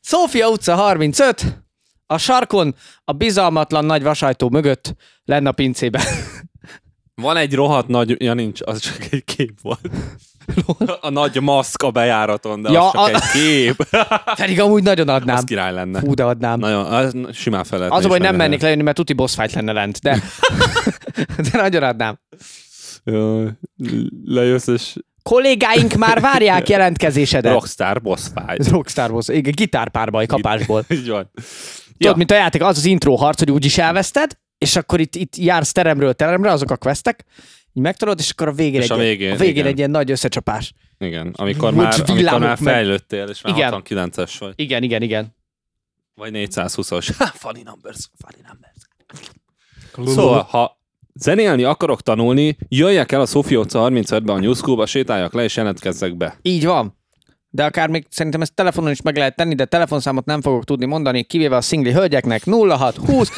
B: Szófia utca 35. A sarkon, a bizalmatlan nagy vasajtó mögött lenne a pincében.
A: (laughs) Van egy rohadt nagy, ja nincs, az csak egy kép volt. A nagy maszk a bejáraton, de
B: Ja,
A: az csak
B: a-
A: egy kép.
B: Pedig amúgy nagyon
A: Az
B: adnám.
A: király lenne.
B: Hú, de adnám.
A: Nagyon, az simán fel lehetne
B: Az, a
A: is
B: baj, hogy nem
A: menni.
B: mennék lejönni, mert tuti boss fight lenne lent,
A: (laughs)
B: de, (laughs) de nagyon adnám.
A: Jaj, lejössz és
B: Kollégáink már várják jelentkezésedet.
A: rockstar boss
B: (laughs)
A: fight.
B: Rockstar boss. Igen, gitárpárbaj kapásból.
A: Így van.
B: Tudod,
A: Ja.
B: mint a játék, az az intro harc, hogy úgyis elveszted, és akkor itt, itt jársz teremről teremre, azok a questek, így megtanulod, és akkor a végén,
A: És
B: egy,
A: a
B: ilyen-
A: végén,
B: a végén
A: igen.
B: egy ilyen nagy összecsapás.
A: Igen, amikor
B: Úgy
A: már, amikor már
B: villámok meg.
A: fejlődtél, és már
B: Igen.
A: 69-es vagy.
B: Igen, igen, igen.
A: Vagy
B: (laughs)
A: 420-as. Ha, funny numbers, funny numbers. Szóval, ha zenélni akarok tanulni, jöjjek el a Sofia utca 35-be a New School-ba, sétáljak le és jelentkezzek be.
B: Így van. De akár még szerintem ezt telefonon is meg lehet tenni, de telefonszámot nem fogok tudni mondani, kivéve a szingli hölgyeknek 06 20.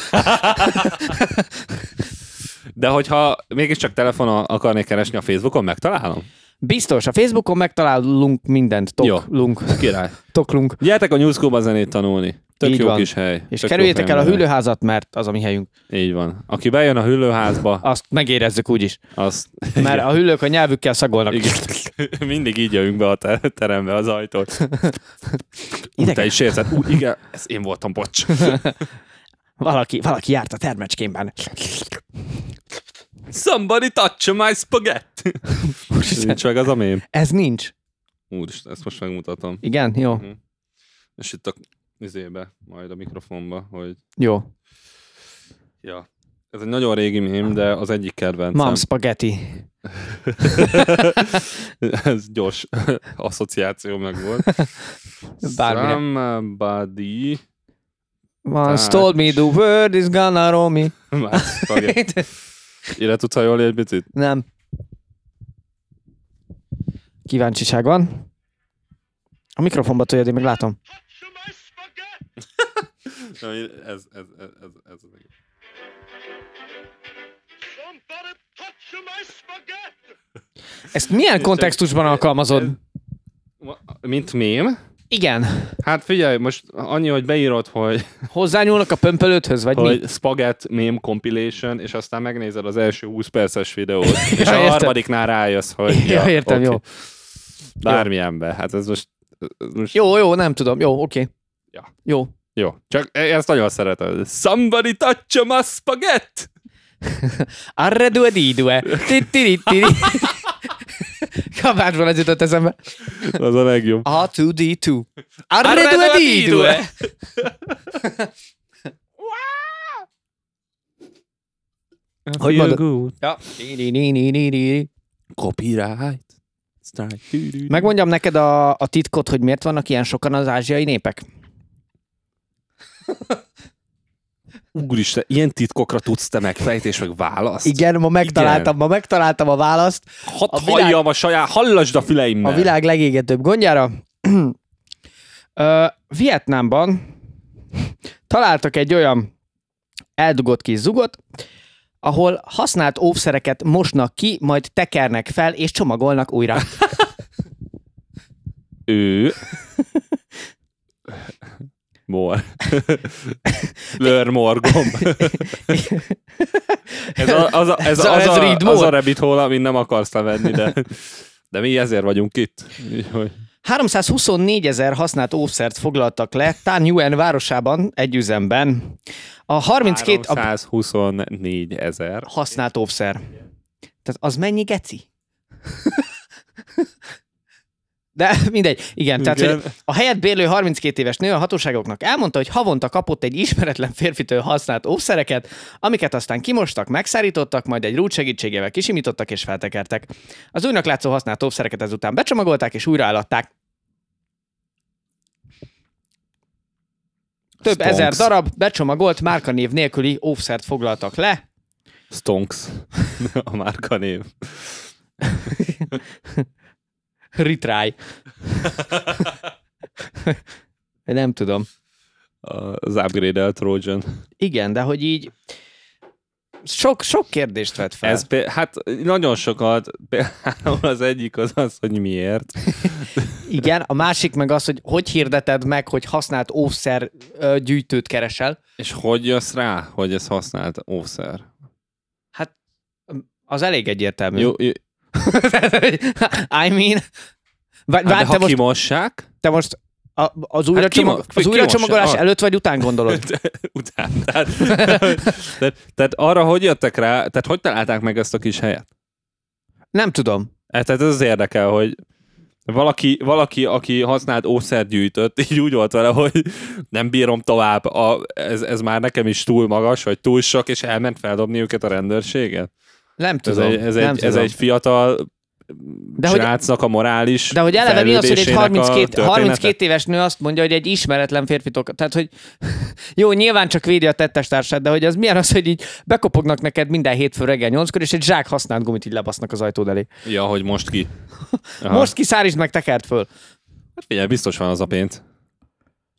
A: De hogyha mégiscsak telefonon akarnék keresni a Facebookon, megtalálom?
B: Biztos, a Facebookon megtalálunk mindent.
A: Jó.
B: Toklunk.
A: Király.
B: Toklunk.
A: Gyertek a New School-ba zenét tanulni. Tök
B: Így
A: jó
B: van.
A: kis hely.
B: És
A: Tök jó
B: kerüljétek el a
A: family.
B: hüllőházat, mert az a mi helyünk.
A: Így van. Aki bejön a hüllőházba,
B: Azt megérezzük úgyis. (laughs)
A: az...
B: Mert a hüllők a nyelvükkel szagolnak.
A: Igen. Mindig így jövünk be a ter- terembe az ajtót. Idegen. Te
B: Idegen.
A: is érzed. Ú, igen, ez én voltam, bocs.
B: Valaki, valaki járt a termecskémben.
A: Somebody touch my spaghetti. Nincs meg az a mém.
B: Ez nincs.
A: Úristen, ezt most megmutatom.
B: Igen, jó.
A: És itt a izébe, majd a mikrofonba, hogy...
B: Jó.
A: Ja. Ez egy nagyon régi mém, de az egyik kedvencem.
B: Mam spaghetti.
A: (laughs) Ez gyors asszociáció meg
B: (laughs)
A: volt.
B: Bármire.
A: Somebody...
B: Once told me the world is gonna roll me.
A: Már spaghetti. Ére tudsz hajolni egy picit?
B: Nem. Kíváncsiság van. A mikrofonba tudod, én meg látom.
A: Na, Ez, ez, ez, ez, ez.
B: Ezt milyen kontextusban alkalmazod?
A: Mint mém?
B: Igen.
A: Hát figyelj, most annyi, hogy beírod, hogy,
B: Hozzányúlnak a pömpölődhöz, vagy mi?
A: hogy spaget meme compilation, és aztán megnézed az első 20 perces
B: (laughs)
A: videót, és
B: Ja,
A: a
B: értem.
A: harmadiknál rájössz, hogy
B: (laughs) (laughs) Ja, értem,
A: oké.
B: jó.
A: Bármilyenbe, hát ez most, ez most jó.
B: Jó, jó, nem tudom. Jó, oké.
A: Ja.
B: Jó.
A: jó. Csak e- ezt nagyon szeretem. Somebody touch my spaghetti!
B: Arre due di due. Tiri
A: (laughs)
B: tiri. Kabátban ez jutott eszembe.
A: (laughs) Az a legjobb.
B: A2D2. Arre due di due. (laughs) Hogy
A: Feel
B: mondod?
A: good.
B: Ja. Ni, ni, ni, ni, ni.
A: Copyright. Strike.
B: Megmondjam neked a, a titkot, hogy miért vannak ilyen sokan az ázsiai népek?
A: Úristen, ilyen titkokra tudsz te megfejtés, meg választ?
B: Igen, ma megtaláltam, ma megtaláltam a választ.
A: Hadd
B: A
A: a
B: világ-
A: halljam a saját, hallasd a füleimmel.
B: A világ legégetőbb gondjára. Ö, Vietnámban találtak egy olyan eldugott kis zugot, ahol használt óvszereket mosnak ki, majd tekernek fel és csomagolnak újra.
A: Ő... (laughs) Mor. Learn more gomb. ez, a, az, a, ez,
B: Ez
A: a,
B: a-
A: az,
B: ez
A: a,
B: read
A: az a
B: more.
A: rabbit hole, amin nem akarsz levenni, de, de mi ezért vagyunk itt. Úgyhogy
B: 324 ezer használt óvszert foglaltak le Tanyuen városában egy üzemben. A 32 a
A: 324 ezer.
B: használt óvszer. Tehát az mennyi geci? De mindegy, igen, igen. tehát
A: Igen.
B: hogy a helyet bérlő 32 éves nő a hatóságoknak elmondta, hogy havonta kapott egy ismeretlen férfitől használt óvszereket, amiket aztán kimostak, megszárítottak, majd egy rúd segítségével kisimítottak és feltekertek. Az újnak látszó használt óvszereket ezután becsomagolták és újra eladták. Több
A: Stonks.
B: ezer darab becsomagolt márkanév nélküli óvszert foglaltak le,
A: Stonks. A márka név.
B: Retry. (laughs) Nem tudom.
A: Az upgrade Trojan.
B: Igen, de hogy így sok, sok kérdést vet fel.
A: Ez pé- hát nagyon sokat, például az egyik az az, hogy miért.
B: Igen, a másik meg az, hogy hogy hirdeted meg, hogy használt óvszer ö, gyűjtőt keresel.
A: És hogy jössz rá, hogy ez használt ószer?
B: Hát az elég egyértelmű.
A: Jó, jó,
B: (laughs) I mean... Vá-
A: hát de
B: vár,
A: ha
B: te,
A: (laughs)
B: most,
A: kimossák,
B: te most a, az újra, csomag,
A: kimo-
B: az
A: ki-
B: újra
A: kimossa,
B: csomagolás
A: ah.
B: előtt vagy után gondolod?
A: utána. Tehát, (laughs) tehát, tehát arra hogy jöttek rá, tehát hogy találták meg ezt a kis helyet?
B: Nem tudom.
A: E, Tehát ez az érdekel, hogy valaki, valaki aki használt ószert gyűjtött, így úgy volt vele, hogy nem bírom tovább, a, ez, ez már nekem is túl magas, vagy túl sok, és elment feldobni őket a rendőrségen.
B: Nem
A: Ez,
B: tudom.
A: egy, ez,
B: nem
A: egy, ez
B: tudom.
A: egy fiatal
B: De
A: de
B: hogy-
A: srácnak a morális
B: De hogy eleve mi az, hogy egy
A: fejlődésének a
B: 32,
A: története?
B: 32 éves nő azt mondja, hogy egy ismeretlen férfitől, tehát hogy (laughs) jó, nyilván csak védi a tettestársát, de hogy az milyen az, hogy így bekopognak neked minden hétfő reggel 8-kor, és egy zsák használt gumit így lebasznak az ajtód elé.
A: Ja, hogy most
B: (laughs)
A: ki. Aha.
B: Most kiszárítsd meg tekert föl.
A: Figyelj, biztos van az a pénz.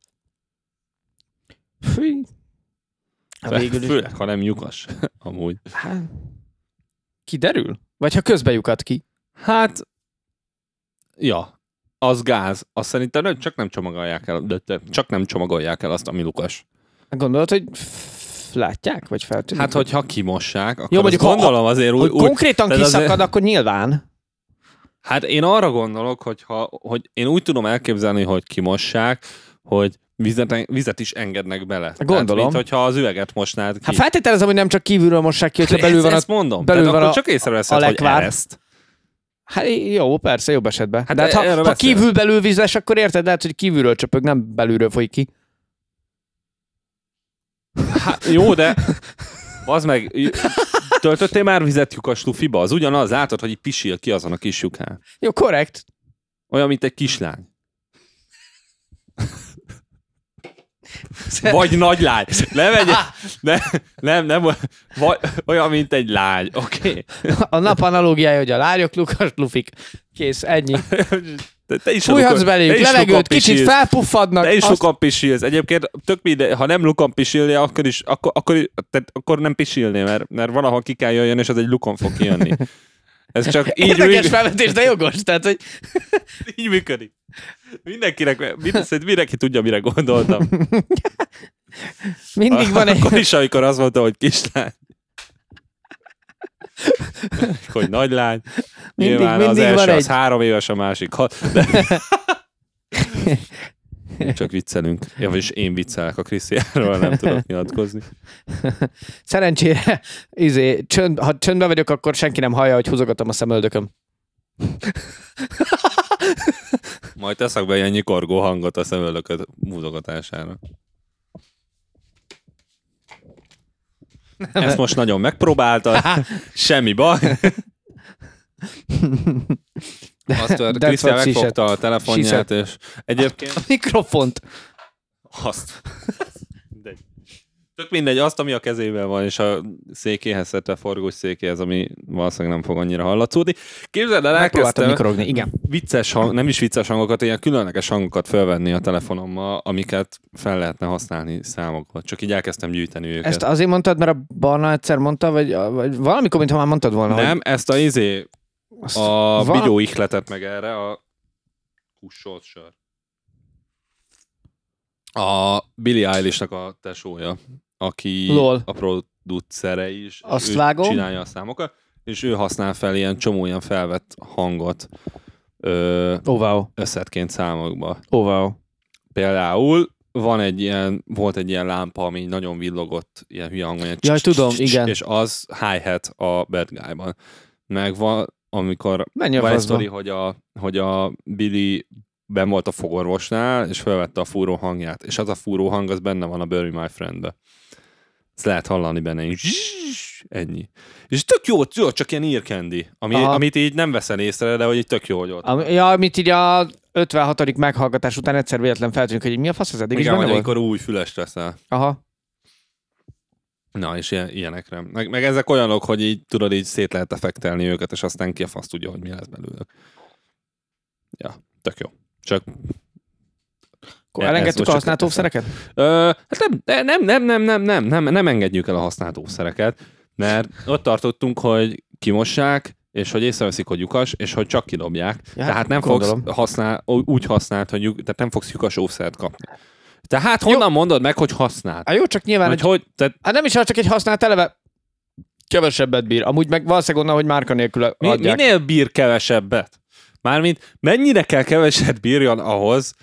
A: (laughs)
B: Fű. Hát Végül is.
A: Főleg, ha nem lyukas, (laughs) amúgy.
B: Hát, Kiderül? Vagy ha közbe lyukad ki.
A: Hát, ja, az gáz. Azt szerintem nem, csak nem csomagolják el, de, de csak nem csomagolják el azt, ami lukas.
B: Hát Gondolod, hogy f- látják, vagy feltűnik?
A: Hát, hogyha kimossák, akkor
B: Jó, mondjuk,
A: azt
B: ha-
A: gondolom azért
B: hogy
A: úgy, úgy,
B: konkrétan
A: tehát azért-
B: kiszakad, akkor nyilván.
A: Hát én arra gondolok, hogy, ha, hogy én úgy tudom elképzelni, hogy kimossák, hogy vizet, vizet is engednek bele.
B: Gondolom.
A: Tehát, mint hogyha az üveget mosnád ki.
B: Hát feltételezem, hogy nem csak kívülről mossák ki,
A: (laughs)
B: hogyha belül van a
A: ezt, ezt mondom.
B: belül
A: Belül Tehát
B: van
A: akkor
B: a-
A: csak észreveszed,
B: a
A: hogy
B: lekvár.
A: ezt.
B: Hát jó, persze, jobb esetben. Hát
A: Hát
B: de hát,
A: e- erről
B: ha, ha
A: beszélek.
B: kívül belül vizes, akkor érted, lehet, hogy kívülről csöpög, nem belülről folyik ki.
A: Hát, jó, de az meg... Töltöttél már vizet lyukas lufiba? Az ugyanaz, látod, hogy így pisil ki azon a kis lyukán.
B: Jó, korrekt. (laughs)
A: Olyan, mint egy kislány. Vagy nagy lány. Ne vegye, ne, nem, nem, vagy, olyan, mint egy lány, oké?
B: A nap analógiája, hogy a lányok lukas lufik. Kész,
A: (laughs)
B: ennyi.
A: Okay? Te, te is a
B: Fújhatsz
A: lukon- te
B: beléjük
A: is lukon
B: levegőt, kicsit
A: pisilsz.
B: felpuffadnak.
A: De is
B: azt-
A: azt... lukan pisilsz. Egyébként tök minden, ha nem lukan pisilnél, akkor is, akkor, akkor, tehát, akkor nem pisilnél, mert, mert valahol ki kell jöjjön, és az egy lukon fog kijönni. Ez csak így,
B: Érdekes
A: működik,
B: felvetés, de jogos. Tehát, hogy
A: így működik. Mindenkinek, mind, szerint mindenki tudja, mire gondoltam.
B: mindig van
A: (laughs)
B: egy...
A: Akkor is, amikor azt mondta, hogy kislány. Hogy nagylány.
B: Mindig-
A: Nyilván az
B: mindig van
A: első,
B: egy-
A: az három éves, a másik hat. De... Csak viccelünk. Ja, vagyis én viccelek a Krisztiánról, nem tudok nyilatkozni.
B: Szerencsére, izé, csönd, ha csöndben vagyok, akkor senki nem hallja, hogy húzogatom a szemöldököm.
A: Majd teszek be ilyen nyikorgó hangot a szemöldököt múzogatására. Ezt most nagyon megpróbáltad, semmi baj. Azt
B: That's
A: tört, Krisztián
B: what she said.
A: megfogta a telefonját, és egyébként
B: A mikrofont.
A: azt. Mindegy. Tök mindegy, azt, ami a kezében van, és a székéhez szedte a forgós székéhez, ami valószínűleg nem fog annyira hallatszódni. Képzeld el,
B: Megpróbáltam
A: elkezdtem,
B: mikrogni, igen.
A: vicces hang, nem is vicces hangokat, ilyen különleges hangokat felvenni a telefonommal, amiket fel lehetne használni számokba. Csak így elkezdtem gyűjteni őket.
B: Ezt azért mondtad, mert a Barna egyszer mondta, vagy, vagy valamikor, mintha már mondtad volna, hogy
A: nem, ezt a izé,
B: Azt
A: a
B: val-
A: bigyó ihletet meg erre, a kussolt sör. A Billy eilish a tesója, aki
B: Lol.
A: a producere is. és
B: Azt
A: ő
B: vágom.
A: Csinálja a számokat, és ő használ fel ilyen csomó ilyen felvett hangot. ö,
B: Oh, wow.
A: összetként számokba.
B: Oh, wow.
A: Például van egy ilyen, volt egy ilyen lámpa, ami nagyon villogott, ilyen hülye hangon, ilyen
B: Jaj, tudom, igen.
A: és az hi hat a Bad Guy-ban. Meg van, amikor
B: Menj a
A: van egy
B: faszba.
A: sztori, hogy a, hogy a Billy ben volt a fogorvosnál, és felvette a fúró hangját, és az a fúró hang, az benne van a Bury My Friend-be. Ezt lehet hallani benne, így zszzz, ennyi. És tök jó, jó csak ilyen írkendi, ami,
B: Aha.
A: amit így nem veszel észre, de hogy így tök jó, hogy ott.
B: Ami, ja, amit így a 56. meghallgatás után egyszer véletlen feltűnik, hogy mi a fasz ez eddig is
A: Igen,
B: benne
A: vagy
B: volt?
A: amikor új füles leszel.
B: Aha.
A: Na, és ilyen, ilyenekre. Meg, meg, ezek olyanok, hogy így tudod, így szét lehet effektelni őket, és aztán ki a fasz tudja, hogy mi lesz belőlük. Ja, tök jó. Csak
B: Akkor
A: Ez most
B: elengedtük a
A: csak
B: használt
A: teszem.
B: óvszereket?
A: Ö, hát nem, nem, nem, nem, nem, nem, nem, nem engedjük el a használt óvszereket, mert ott tartottunk, hogy kimossák, és hogy észreveszik, hogy lyukas, és hogy csak kidobják.
B: Ja,
A: Ja, tehát nem
B: gondolom.
A: fogsz használ, ú- úgy használt, hogy lyuk, tehát nem fogsz lyukas óvszert kapni. Tehát hát honnan Jó. mondod meg, hogy használt?
B: Hát jó, csak nyilván
A: Vagy
B: egy,
A: hogy, tehát
B: hát nem is az, csak egy használt eleve kevesebbet bír. Amúgy meg valószínűleg onnan, hogy márka nélkül
A: mi,
B: adják.
A: minél bír kevesebbet? Mármint mennyire kell keveset bírjon ahhoz,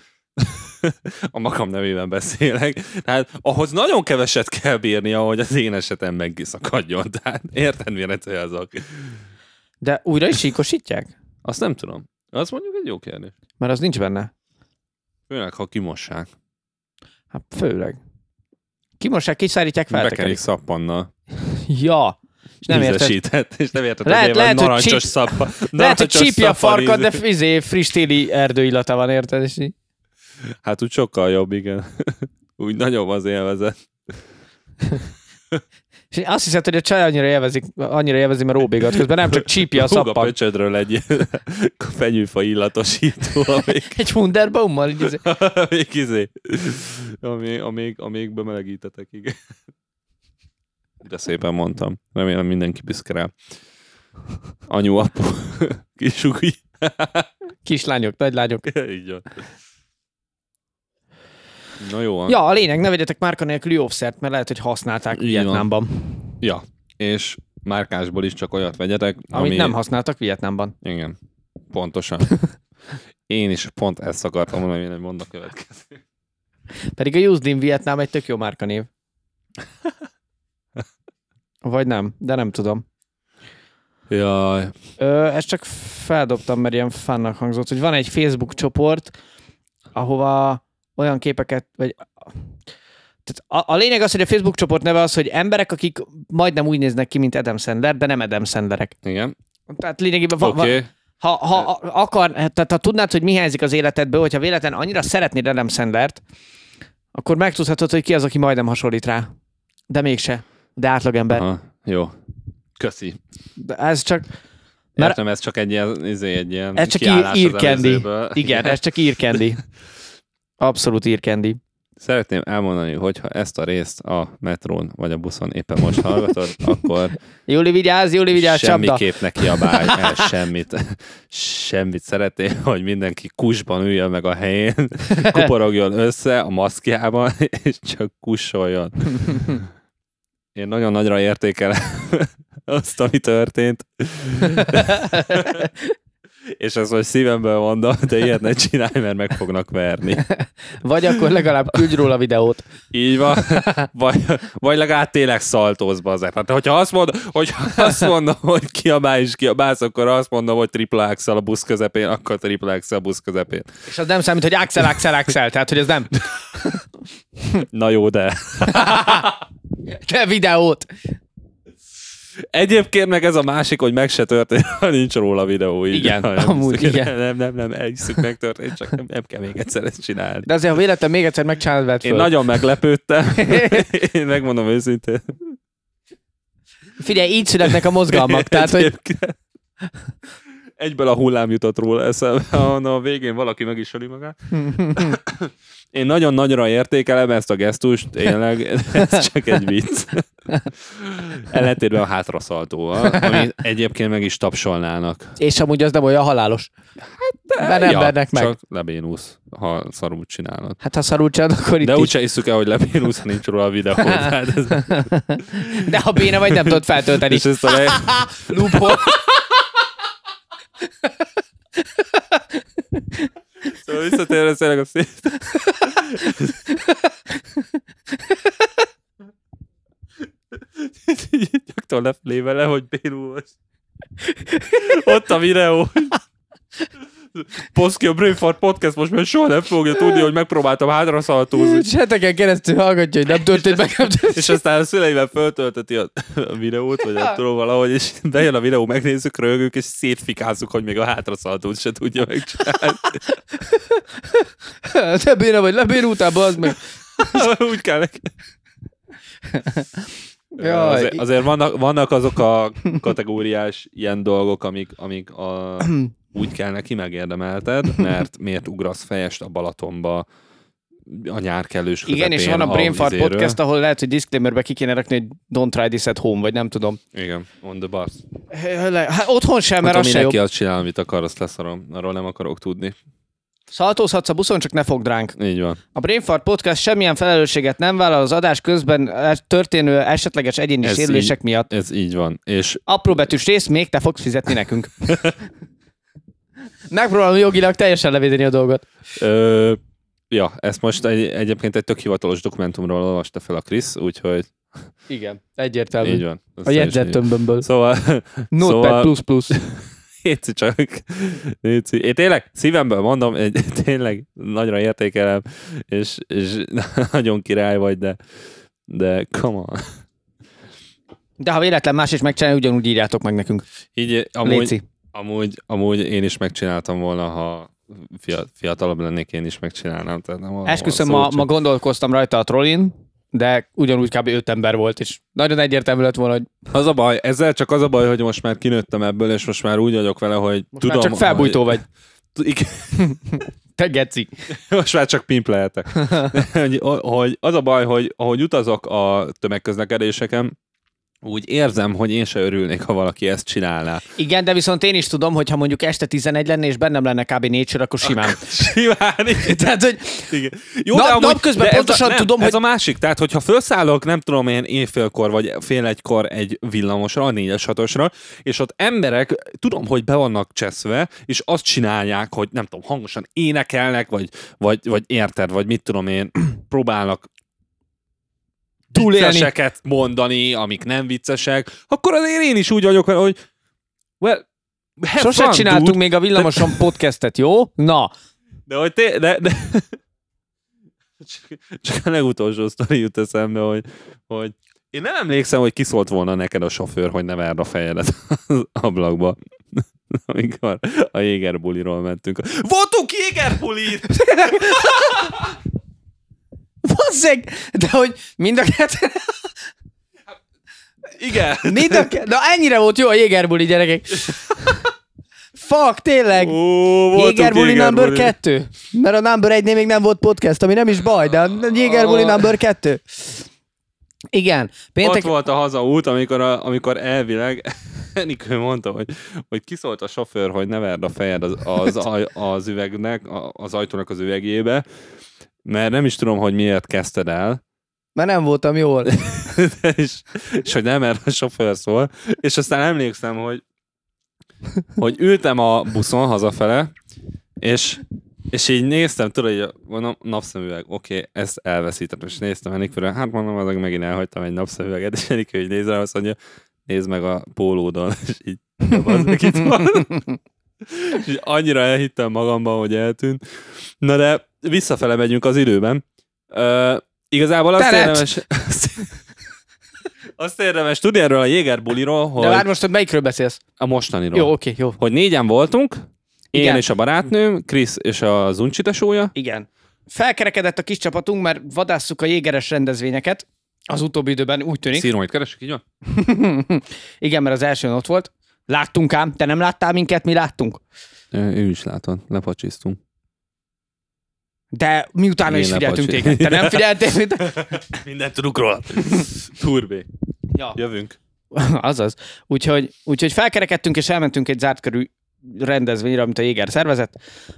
A: (laughs) a magam nevében beszélek, tehát ahhoz nagyon keveset kell bírnia, hogy az én esetem megiszakadjon. (laughs) Tehát érted, mire célzok?
B: De újra is síkosítják?
A: Azt nem tudom. Az mondjuk egy jó kérdés.
B: Mert az nincs benne.
A: Főleg, ha kimossák.
B: Hát főleg. Kimossák, kiszárítják,
A: Bekerik
B: feltekerik.
A: szappannal.
B: Ja. És nem érted.
A: Ízesített, és nem érted,
B: Lehet-
A: hogy miért van
B: lehet, hogy
A: narancsos
B: csíp-
A: szappa.
B: Lehet, hogy
A: narancsos
B: csípje a
A: szappan
B: farkad, de
A: íz.
B: izé, friss téli erdőillata van, érted? És így.
A: Hát úgy sokkal jobb, igen. (laughs) úgy nagyobb az élvezet.
B: És azt hiszed, hogy a csaj annyira élvezik, annyira élvezi, mert óbégat közben nem csak csípja a
A: Húg a
B: szappan.
A: pöcsödről egy (laughs) fenyőfa illatosító, (laughs) amíg
B: Egy Wunderbaummal, így izé.
A: Még izé. Amíg, amíg, amíg bemelegítetek, igen. De szépen mondtam. Remélem mindenki büszke rá. Anyu, apu, (laughs) kisugi.
B: kislányok, nagylányok.
A: (laughs) Így van. Na jó. van.
B: Ja, a lényeg, ne vegyetek márka nélküli óvszert, mert lehet, hogy használták
A: Így
B: Vietnámban.
A: ja. És márkásból is csak olyat vegyetek,
B: Amit
A: ami...
B: nem használtak Vietnámban.
A: Igen.
B: (laughs)
A: Pontosan. Én is pont ezt akartam mondani, hogy én mondok következő.
B: Pedig a Used in Vietnam egy tök
A: (laughs)
B: jó márkanév. Vagy nem, de nem tudom.
A: Jaj.
B: Ö, ezt csak feldobtam, mert ilyen fannak hangzott, hogy van egy Facebook csoport, ahova olyan képeket, vagy tehát a, a lényeg az, hogy a Facebook csoport neve az, hogy emberek, akik majdnem úgy néznek ki, mint Adam Sandler, de nem Adam Sandlerek.
A: Igen.
B: Tehát lényegében va,
A: Oké.
B: va,
A: Okay.
B: Ha, ha a- akar, tehát ha tudnád, hogy mi hiányzik az életedből, hogyha véletlen annyira szeretnéd Adam Sandlert, akkor megtudhatod, hogy ki az, aki majdnem hasonlít rá. De mégse. De átlagember.
A: Aha, Jó. Köszi.
B: De ez csak, Mert-
A: Mert Értem, ez csak egy ilyen, izé, egy ilyen
B: ez csak ír,
A: kiállás az
B: írkendi.
A: előzőből.
B: (laughs) Igen, ez csak írkendi. Abszolút írkendi.
A: Szeretném elmondani, hogy ha ezt a részt a metrón vagy a buszon éppen most
B: (laughs)
A: hallgatod, akkor
B: Júli, vigyázz, Júli, vigyázz, csapda.
A: semmiképp ne kiabálj el semmit. Semmit szeretném, hogy mindenki kusban üljön meg a
B: (laughs)
A: helyén, kuporogjon össze a maszkjában, és csak kusoljon. Én nagyon nagyra értékelem (laughs) azt, ami
B: (laughs)
A: történt. És ezt most szívemből mondom, de ilyet ne csinálj, mert meg fognak verni.
B: Vagy akkor legalább küldj róla videót.
A: Így
B: (laughs)
A: van. Vagy, vagy legalább tényleg szaltóz azért. Hát, hogyha azt mondom, hogy azt mondom, hogy kiabál és kiabálsz, akkor azt mondom, hogy tripla axel a busz közepén, akkor tripla axel a busz közepén.
B: És az nem számít, hogy Axel, Axel, Axel, tehát hogy ez (laughs) nem.
A: Na jó, de.
B: Te videót.
A: Egyébként meg ez a másik, hogy meg se történt, ha nincs róla videó. Így,
B: Igen,
A: Ha nem
B: amúgy
A: hiszük,
B: igen.
A: Nem, nem, nem, egyszük megtörtént, csak nem, nem kell még egyszer ezt csinálni.
B: De azért, ha véletlen még egyszer megcsinálod, vedd
A: Én
B: föl.
A: nagyon
B: (laughs)
A: meglepődtem. Én megmondom őszintén.
B: Figyelj, így születnek a
A: (laughs)
B: mozgalmak, tehát hogy
A: Egyébként. Egyből a hullám jutott róla eszembe, (laughs) na a végén valaki meg is öli
B: (laughs)
A: magát. Én nagyon nagyra értékelem ezt a gesztust, tényleg, ez csak egy vicc. Ellentétben a hátraszaltóval, amit egyébként meg is tapsolnának.
B: És amúgy az nem olyan halálos. Hát, Mert nem vernek meg.
A: Csak lebénusz, ha szarul csinálod.
B: Hát ha szarul csinálod, akkor itt
A: De
B: de,
A: úgyse hiszük el, hogy lebénusz, ha nincs róla a videó.
B: (laughs)
A: Tehát ez,
B: is. de ha béna vagy, nem tudod feltölteni.
A: és (laughs) ezt a leg...
B: Loophole.
A: Szóval visszatérve tényleg a szét. Nyaktól lefelé vele, hogy Bélú most. Ott a videó. Poszki a Brainfart Podcast most már soha nem fogja tudni, hogy megpróbáltam hátra szaltózni.
B: (laughs) Heteken keresztül hallgatja, hogy nem történt meg, nem
A: (laughs)
B: történt.
A: És aztán a szüleivel föltölteti a, a videót, vagy nem tudom valahogy, és bejön a videó, megnézzük, röhögünk, és szétfikázzuk, hogy még a hátraszaltót se tudja megcsinálni.
B: Ne bírna, vagy lebír utába, az meg.
A: Úgy kell neki.
B: Jaj,
A: azért, azért vannak, vannak azok a kategóriás ilyen dolgok, amik, amik a, úgy kell neki megérdemelted, mert miért ugrasz fejest a Balatonba a nyárkelős
B: Igen, és van a Brain Fart podcast, ahol lehet, hogy disclaimerbe ki kéne rakni, hogy don't try this at home, vagy nem tudom.
A: Igen, on the bus.
B: Hát otthon sem, mert
A: Mert
B: az
A: ami
B: se jobb.
A: neki azt csinál, amit akar, azt leszarom. Arról nem akarok tudni.
B: Szaltózhatsz a buszon, csak ne fogd ránk.
A: Így van.
B: A Brainfart Podcast semmilyen felelősséget nem vállal az adás közben e- történő esetleges egyéni
A: Ez
B: sérülések
A: így.
B: miatt.
A: Ez így van. És
B: Apró betűs rész, még te fogsz fizetni nekünk. (laughs) Megpróbálom jogilag teljesen levédeni a dolgot.
A: Ö, ja, ezt most egy, egyébként egy tök hivatalos dokumentumról olvasta fel a Krisz, úgyhogy
B: Igen,
A: így
B: egyértelmű.
A: van. Ezt
B: A
A: el is mondjuk.
B: jegyzettömbömből.
A: Szóval,
B: Notepad
A: Szóval-
B: plusz plusz.
A: Éci csak. Éci. Én tényleg szívemből mondom, egy, tényleg nagyra értékelem, és, és nagyon király vagy, de de come on.
B: De ha véletlen más is megcsinálja, ugyanúgy írjátok meg nekünk.
A: Így amúgy,
B: Léci.
A: amúgy, amúgy, én is megcsináltam volna, ha fia- fiatalabb lennék, én is megcsinálnám. Tehát nem arról
B: Esküszöm,
A: van szó,
B: ma,
A: csak-
B: ma gondolkoztam rajta a trollin, de ugyanúgy kb. öt ember volt, és nagyon egyértelmű lett volna, hogy
A: Az a baj, ezzel csak az a baj, hogy most már kinőttem ebből, és most már úgy vagyok vele, hogy
B: most
A: tudom...
B: már csak felbújtó
A: hogy,
B: vagy.
A: Igen,
B: Te geci.
A: most már csak pimp
B: (laughs)
A: lehetek. hogy, hogy az a baj, hogy ahogy utazok a tömegközlekedéseken, úgy érzem, hogy én se örülnék, ha valaki ezt csinálná.
B: Igen, de viszont én is tudom, hogy ha mondjuk este 11 lenne, és bennem lenne kb. 4 sor, akkor simán. (laughs)
A: (laughs) Simán, igen.
B: Tehát, hogy
A: Igen. Jó,
B: Nap-
A: de amúgy,
B: napközben
A: de ez
B: pontosan
A: a, nem,
B: tudom,
A: ez
B: hogy-
A: a másik, tehát hogyha felszállok, nem tudom én éjfélkor, vagy fél egykor egy villamosra, a négyes hatosra, és ott emberek, tudom, hogy be vannak cseszve, és azt csinálják, hogy nem tudom, hangosan énekelnek, vagy, vagy, vagy érted, vagy mit tudom én, (clears throat) próbálnak
B: Túlélni.
A: vicceseket mondani, amik nem viccesek, akkor azért én is úgy vagyok vele, hogy well, have
B: sose
A: fun,
B: csináltunk
A: dude.
B: még a villamoson podcastet, jó? Na,
A: De hogy té- de, de... (laughs) Csak, csak a legutolsó sztori jut eszembe, hogy, hogy én nem emlékszem, hogy kiszólt volna neked a sofőr, hogy ne várd a fejedet az ablakba. (laughs) Amikor a jégerbuliról mentünk. Voltunk jégerbulir!
B: basszeg, de hogy mind a kettő,
A: (laughs) Igen.
B: mind a kettő, na ennyire volt jó a
A: (laughs)
B: jégerbuli gyerekek. Fuck, tényleg.
A: Ó, voltunk
B: Jégerbuli number
A: jégerbulin.
B: 2. Mert a number 1-nél még nem volt podcast, ami nem is baj, de a Jégerbuli number 2. Igen.
A: Ott
B: Péntek...
A: volt a hazaút, amikor, a, amikor elvileg (laughs) Enikő mondta, hogy, hogy kiszólt a sofőr, hogy ne verd a fejed az, az, aj- az üvegnek, a- az ajtónak az üvegébe, mert nem is tudom, hogy miért kezdted el,
B: Mert nem voltam jól.
A: és, és hogy nem, mert a sofőr szól, és aztán emlékszem, hogy, hogy ültem a buszon hazafele, és, és így néztem, tudod, hogy mondom, napszemüveg, oké, okay, ezt elveszítettem, és néztem Enikőre, hát mondom, azok megint elhagytam egy napszemüveget, és Enikő így néz rám, azt mondja, nézd meg a pólódon, (laughs) és így "Ja, bazdmeg, itt van. (laughs) És így annyira elhittem magamban, hogy eltűnt. Na de visszafele megyünk az időben. Ö, igazából azt
B: Teret!
A: érdemes... Azt érdemes tudni erről a Jéger buliról, hogy
B: De várj most, hogy melyikről beszélsz?
A: a mostaniról.
B: Jó, oké, jó.
A: Hogy négyen voltunk, én
B: Igen.
A: és a barátnőm, Krisz és az Uncsi tesója.
B: Igen. Felkerekedett a kis csapatunk, mert vadásszuk a jégeres rendezvényeket. Az utóbbi időben úgy tűnik.
A: Szírom, hogy keresek, így van?
B: (laughs) Igen, mert az elsőn ott volt. Láttunk ám, te nem láttál minket, mi láttunk.
A: Ő is látott, lepacsiztunk.
B: De miután
A: Én
B: is figyeltünk
A: lepacsi.
B: téged. Te nem figyeltél? (laughs) mint-
A: Mindent tudunk (laughs) róla. Turbé.
B: Ja.
A: Jövünk.
B: (laughs) Azaz. Úgyhogy, úgyhogy felkerekedtünk és elmentünk egy zárt körű rendezvényre, amit a Jéger szervezett,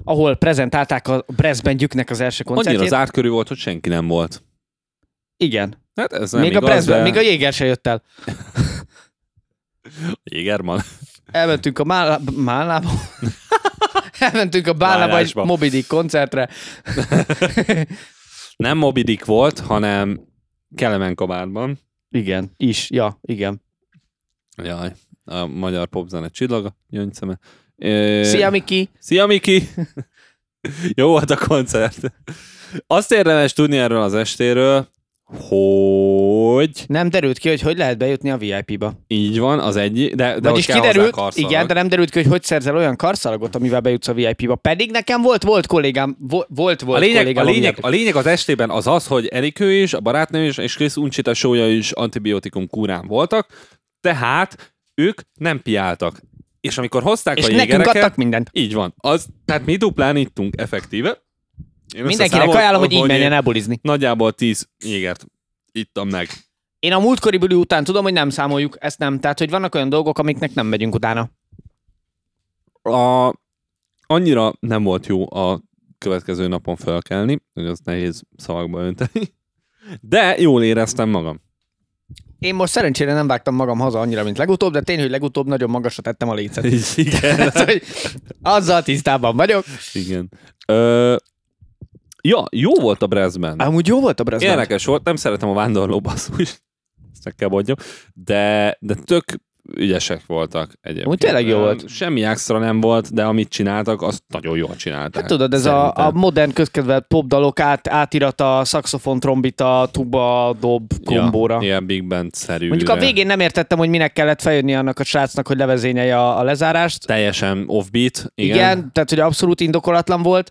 B: ahol prezentálták a Brezben Gyüknek az első koncertjét.
A: Annyira zárt körül volt, hogy senki nem volt.
B: Igen.
A: Hát ez nem
B: Nem még,
A: igaz,
B: a Brezben,
A: de...
B: még a Jéger se jött el.
A: Jégerman. (laughs)
B: Elmentünk a Mállába. Mállába? Elmentünk a Bálna vagy
A: Vállásba.
B: Moby Dick koncertre.
A: Nem Moby Dick volt, hanem Kelemen kabárban.
B: Igen, is, ja, igen.
A: Jaj, a magyar popzene csillaga, gyöngyszeme. Ö,
B: Szia, Miki!
A: Szia, Miki! (laughs) Jó volt a koncert. Azt érdemes tudni erről az estéről, hogy
B: Nem derült ki, hogy hogy lehet bejutni a VIP-ba.
A: így van, az egy, de, de
B: Vagyis
A: hogy kell hozzá
B: kiderült,
A: karszalag.
B: igen, de nem derült ki, hogy hogy szerzel olyan karszalagot, amivel bejutsz a VIP-ba. Pedig nekem volt, volt kollégám, vo- volt, volt
A: a lényeg, a,
B: kollégám.
A: lényeg,
B: amivel-
A: a lényeg az estében az az, hogy Erikő is, a barátnő is, és Krisz Uncsita sója is antibiotikum kúrán voltak, tehát ők nem piáltak. És amikor hozták
B: És
A: a
B: nekünk
A: jégereket,
B: adtak mindent.
A: így van. Az, tehát mi duplán ittunk, effektíve. Én
B: Mindenkinek
A: összeszámoltam,
B: ajánlom, hogy így menjen
A: én
B: el bulizni.
A: Nagyjából 10 jégert ittam meg.
B: Én a múltkori buli után tudom, hogy nem számoljuk, ezt nem. Tehát, hogy vannak olyan dolgok, amiknek nem megyünk utána.
A: a, annyira nem volt jó a következő napon felkelni, hogy az nehéz szavakba önteni, de jól éreztem magam.
B: Én most szerencsére nem vágtam magam haza annyira, mint legutóbb, de tény, hogy legutóbb nagyon magasra tettem a
A: (laughs)
B: lécet.
A: Igen.
B: Tehát, hogy azzal tisztában vagyok.
A: Igen. Ö, ja, jó volt a Brezben.
B: Amúgy jó volt a brazil.
A: Érdekes volt, nem szeretem a vándorló basszus, ezt meg kell mondjam, de, de tök ügyesek voltak egyébként.
B: Úgy tényleg jó
A: Ö,
B: volt.
A: Semmi extra nem volt, de amit csináltak, azt nagyon jól csinálták.
B: Hát tudod, ez a,
A: szerintem.
B: a modern közkedvelt popdalok át, átirata, szaxofon, trombita, tuba, dob, kombóra.
A: Ja, ilyen big band-szerű.
B: Mondjuk a végén nem értettem, hogy minek kellett feljönni annak a srácnak, hogy levezényelje a, a lezárást.
A: Teljesen offbeat.
B: Igen.
A: Igen.
B: Igen, tehát hogy abszolút indokolatlan volt.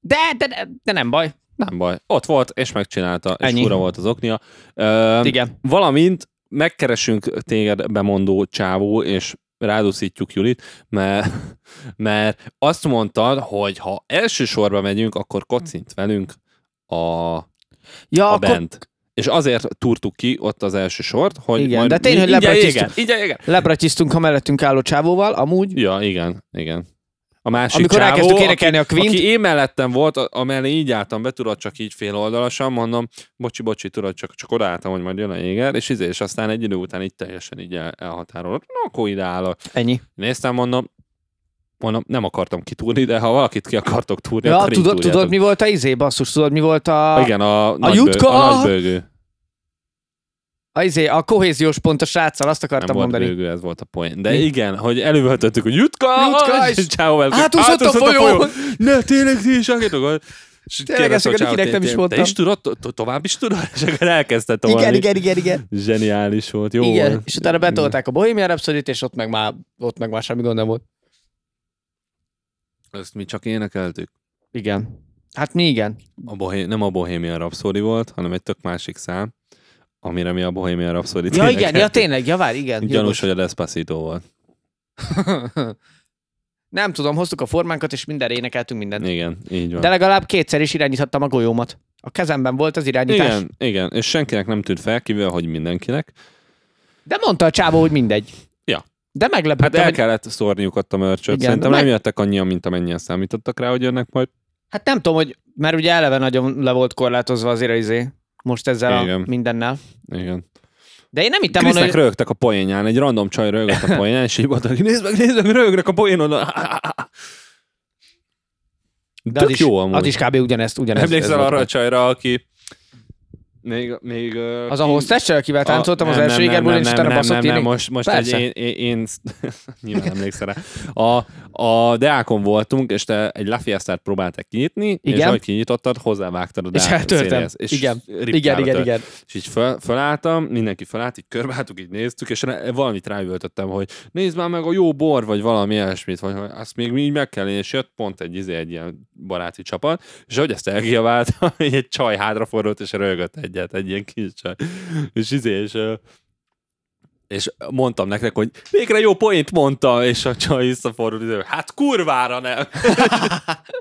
B: De, de, de, de nem baj.
A: Nem baj. Ott volt, és megcsinálta, Ennyi.
B: Ennyi.
A: és fura volt az oknia. Ö,
B: Igen.
A: Valamint megkeresünk téged bemondó csávó, és rádúszítjuk Julit, mert, mert azt mondtad, hogy ha első sorba megyünk, akkor kocint velünk a, a
B: Ja,
A: akkor...
B: akkor
A: bent. És azért túrtuk ki ott az első sort, hogy
B: Igen,
A: majd
B: de tényleg
A: ingyen
B: lebratisztuk.
A: jéger, ingyen jéger.
B: lebratyisztunk a mellettünk álló csávóval, amúgy.
A: Ja, igen, igen. A másik
B: Amikor
A: csávó,
B: elkezdtük énekelni a
A: aki,
B: Queen-t.
A: aki én mellettem volt, a- amellé így álltam be, tudod, csak így fél oldalasan, mondom, bocsi, bocsi, tudod, csak, csak odaálltam, hogy majd jön a jéger, és izé, és aztán egy idő után így teljesen így el, elhatárolod. Na, akkor ide állok.
B: Ennyi.
A: Néztem, mondom, mondom, nem akartam kitúrni, de ha valakit ki akartok túrni,
B: Ja,
A: akkor így
B: tudod, tudod,
A: túrjátok.
B: mi volt a izé, basszus, tudod, mi volt a...
A: Igen, a, a, nagybő,
B: Jutka!
A: a nagybőgő.
B: A, izé, a kohéziós pont a sráccal, azt
A: Nem
B: akartam
A: volt
B: mondani.
A: bőgő, ez volt a poén. De
B: Mi?
A: igen, hogy elővöltöttük, hogy Jutka! Hát
B: Jutka,
A: (laughs)
B: és-
A: Csáó, elkezdtük,
B: Átúszott a folyón!
A: Ne, tényleg ti is akartok? És így
B: Tényleg
A: kérdezte
B: ezt
A: a csávó,
B: akinek nem
A: "Te-
B: is
A: te-
B: mondtam."
A: Te is tudod? To- to- Tovább is tudod? (laughs) És akkor elkezdett tovább.
B: Igen, igen, igen, igen.
A: Zseniális volt, jó
B: igen,
A: volt.
B: és utána betolták a Bohemian rhapsody és ott meg már, ott meg már semmi gond nem volt.
A: Ezt mi csak énekeltük.
B: Igen. Hát mi igen.
A: A bohé- nem a Bohemian Rhapsody volt, hanem egy tök másik szám, amire mi a Bohemian Rhapsody-t
B: Ja, igen,
A: énekeltük.
B: ja tényleg, ja vár, igen.
A: Gyanús,
B: jogos.
A: hogy a Despacito volt.
B: (laughs) Nem tudom, hoztuk a formánkat, és mindenre énekeltünk mindent.
A: Igen, így van.
B: De legalább kétszer is irányíthattam a golyómat. A kezemben volt az irányítás. Igen.
A: igen, igen, és senkinek nem tűnt fel, kivéve, hogy mindenkinek.
B: De mondta a csávó, hogy mindegy.
A: Ja.
B: De
A: Hát
B: meglepődtem,
A: el
B: hát, hogy...
A: kellett szórniuk ott a mörcsöt.
B: Igen,
A: Szerintem
B: meg-
A: nem jöttek annyian, mint amennyien számítottak rá, hogy jönnek majd.
B: hát nem tudom, hogy... Mert ugye eleve nagyon le volt korlátozva azért az izé. Most ezzel
A: Igen.
B: a mindennel.
A: Igen.
B: De én nem hittem volna,
A: Krisznek
B: hogy...
A: rögtek a poénján, egy random csaj rögött a poénján, és így mondta, hogy nézd meg, nézd meg, rögnek a poénon.
B: De
A: De
B: az
A: Tök
B: is,
A: jó amúgy.
B: az is kb. ugyanezt, ugyanezt. ez
A: Emlékszel
B: volt.
A: arra a csajra, aki még... még ö,
B: Az a
A: ki-
B: hostess csaj, akivel táncoltam
A: A-
B: az
A: nem,
B: első
A: nem,
B: égerből,
A: nem,
B: és
A: nem,
B: utána
A: nem,
B: baszott
A: nem, nem,
B: írni?
A: most, most egy,
B: Persze.
A: én, én, én (laughs) nyilván emlékszel rá. A, a Deákon voltunk, és te egy lafiasztát próbáltak kinyitni, és
B: Igen.
A: ahogy kinyitottad, hozzávágtad a
B: És
A: Deák
B: eltörtem.
A: széléhez, És
B: Igen.
A: ripkára
B: Igen, igen,
A: tört.
B: igen.
A: És így föl, fölálltam, mindenki fölállt, így körbeálltuk, így néztük, és rá- valamit ráüvöltöttem, hogy nézd már meg a jó bor, vagy valami ilyesmit, vagy hogy azt még mi így meg kell, lenni, és jött pont egy, izé, egy ilyen baráti csapat, és ahogy ezt elkiabáltam, (laughs) így egy csaj hátrafordult, és rögött egyet, egy ilyen kis csaj. És izé, és ö, és mondtam nektek, hogy végre jó poént mondta, és a csaj visszafordult, hogy hát kurvára nem. (laughs)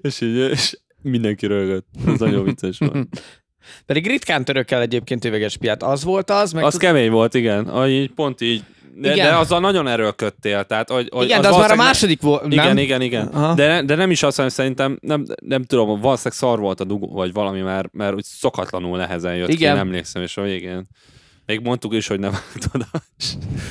A: és így, és mindenki rögött. Ez nagyon vicces volt.
B: Pedig ritkán török el egyébként üveges piát. Az volt az, meg...
A: Az kemény volt, igen. A, így, pont így. De,
B: Igen.
A: de azzal nagyon erőlködtél. Tehát, hogy, hogy
B: igen, de az már a
A: valószínűleg-
B: második volt,
A: Igen,
B: nem?
A: igen, igen.
B: Aha.
A: De, de, nem is azt hiszem, szerintem, nem, nem tudom, valószínűleg szar volt a dugó, vagy valami, mert, mert úgy szokatlanul nehezen jött ki,
B: Igen.
A: nem emlékszem, és hogy igen. Még mondtuk is, hogy ne vágd oda, és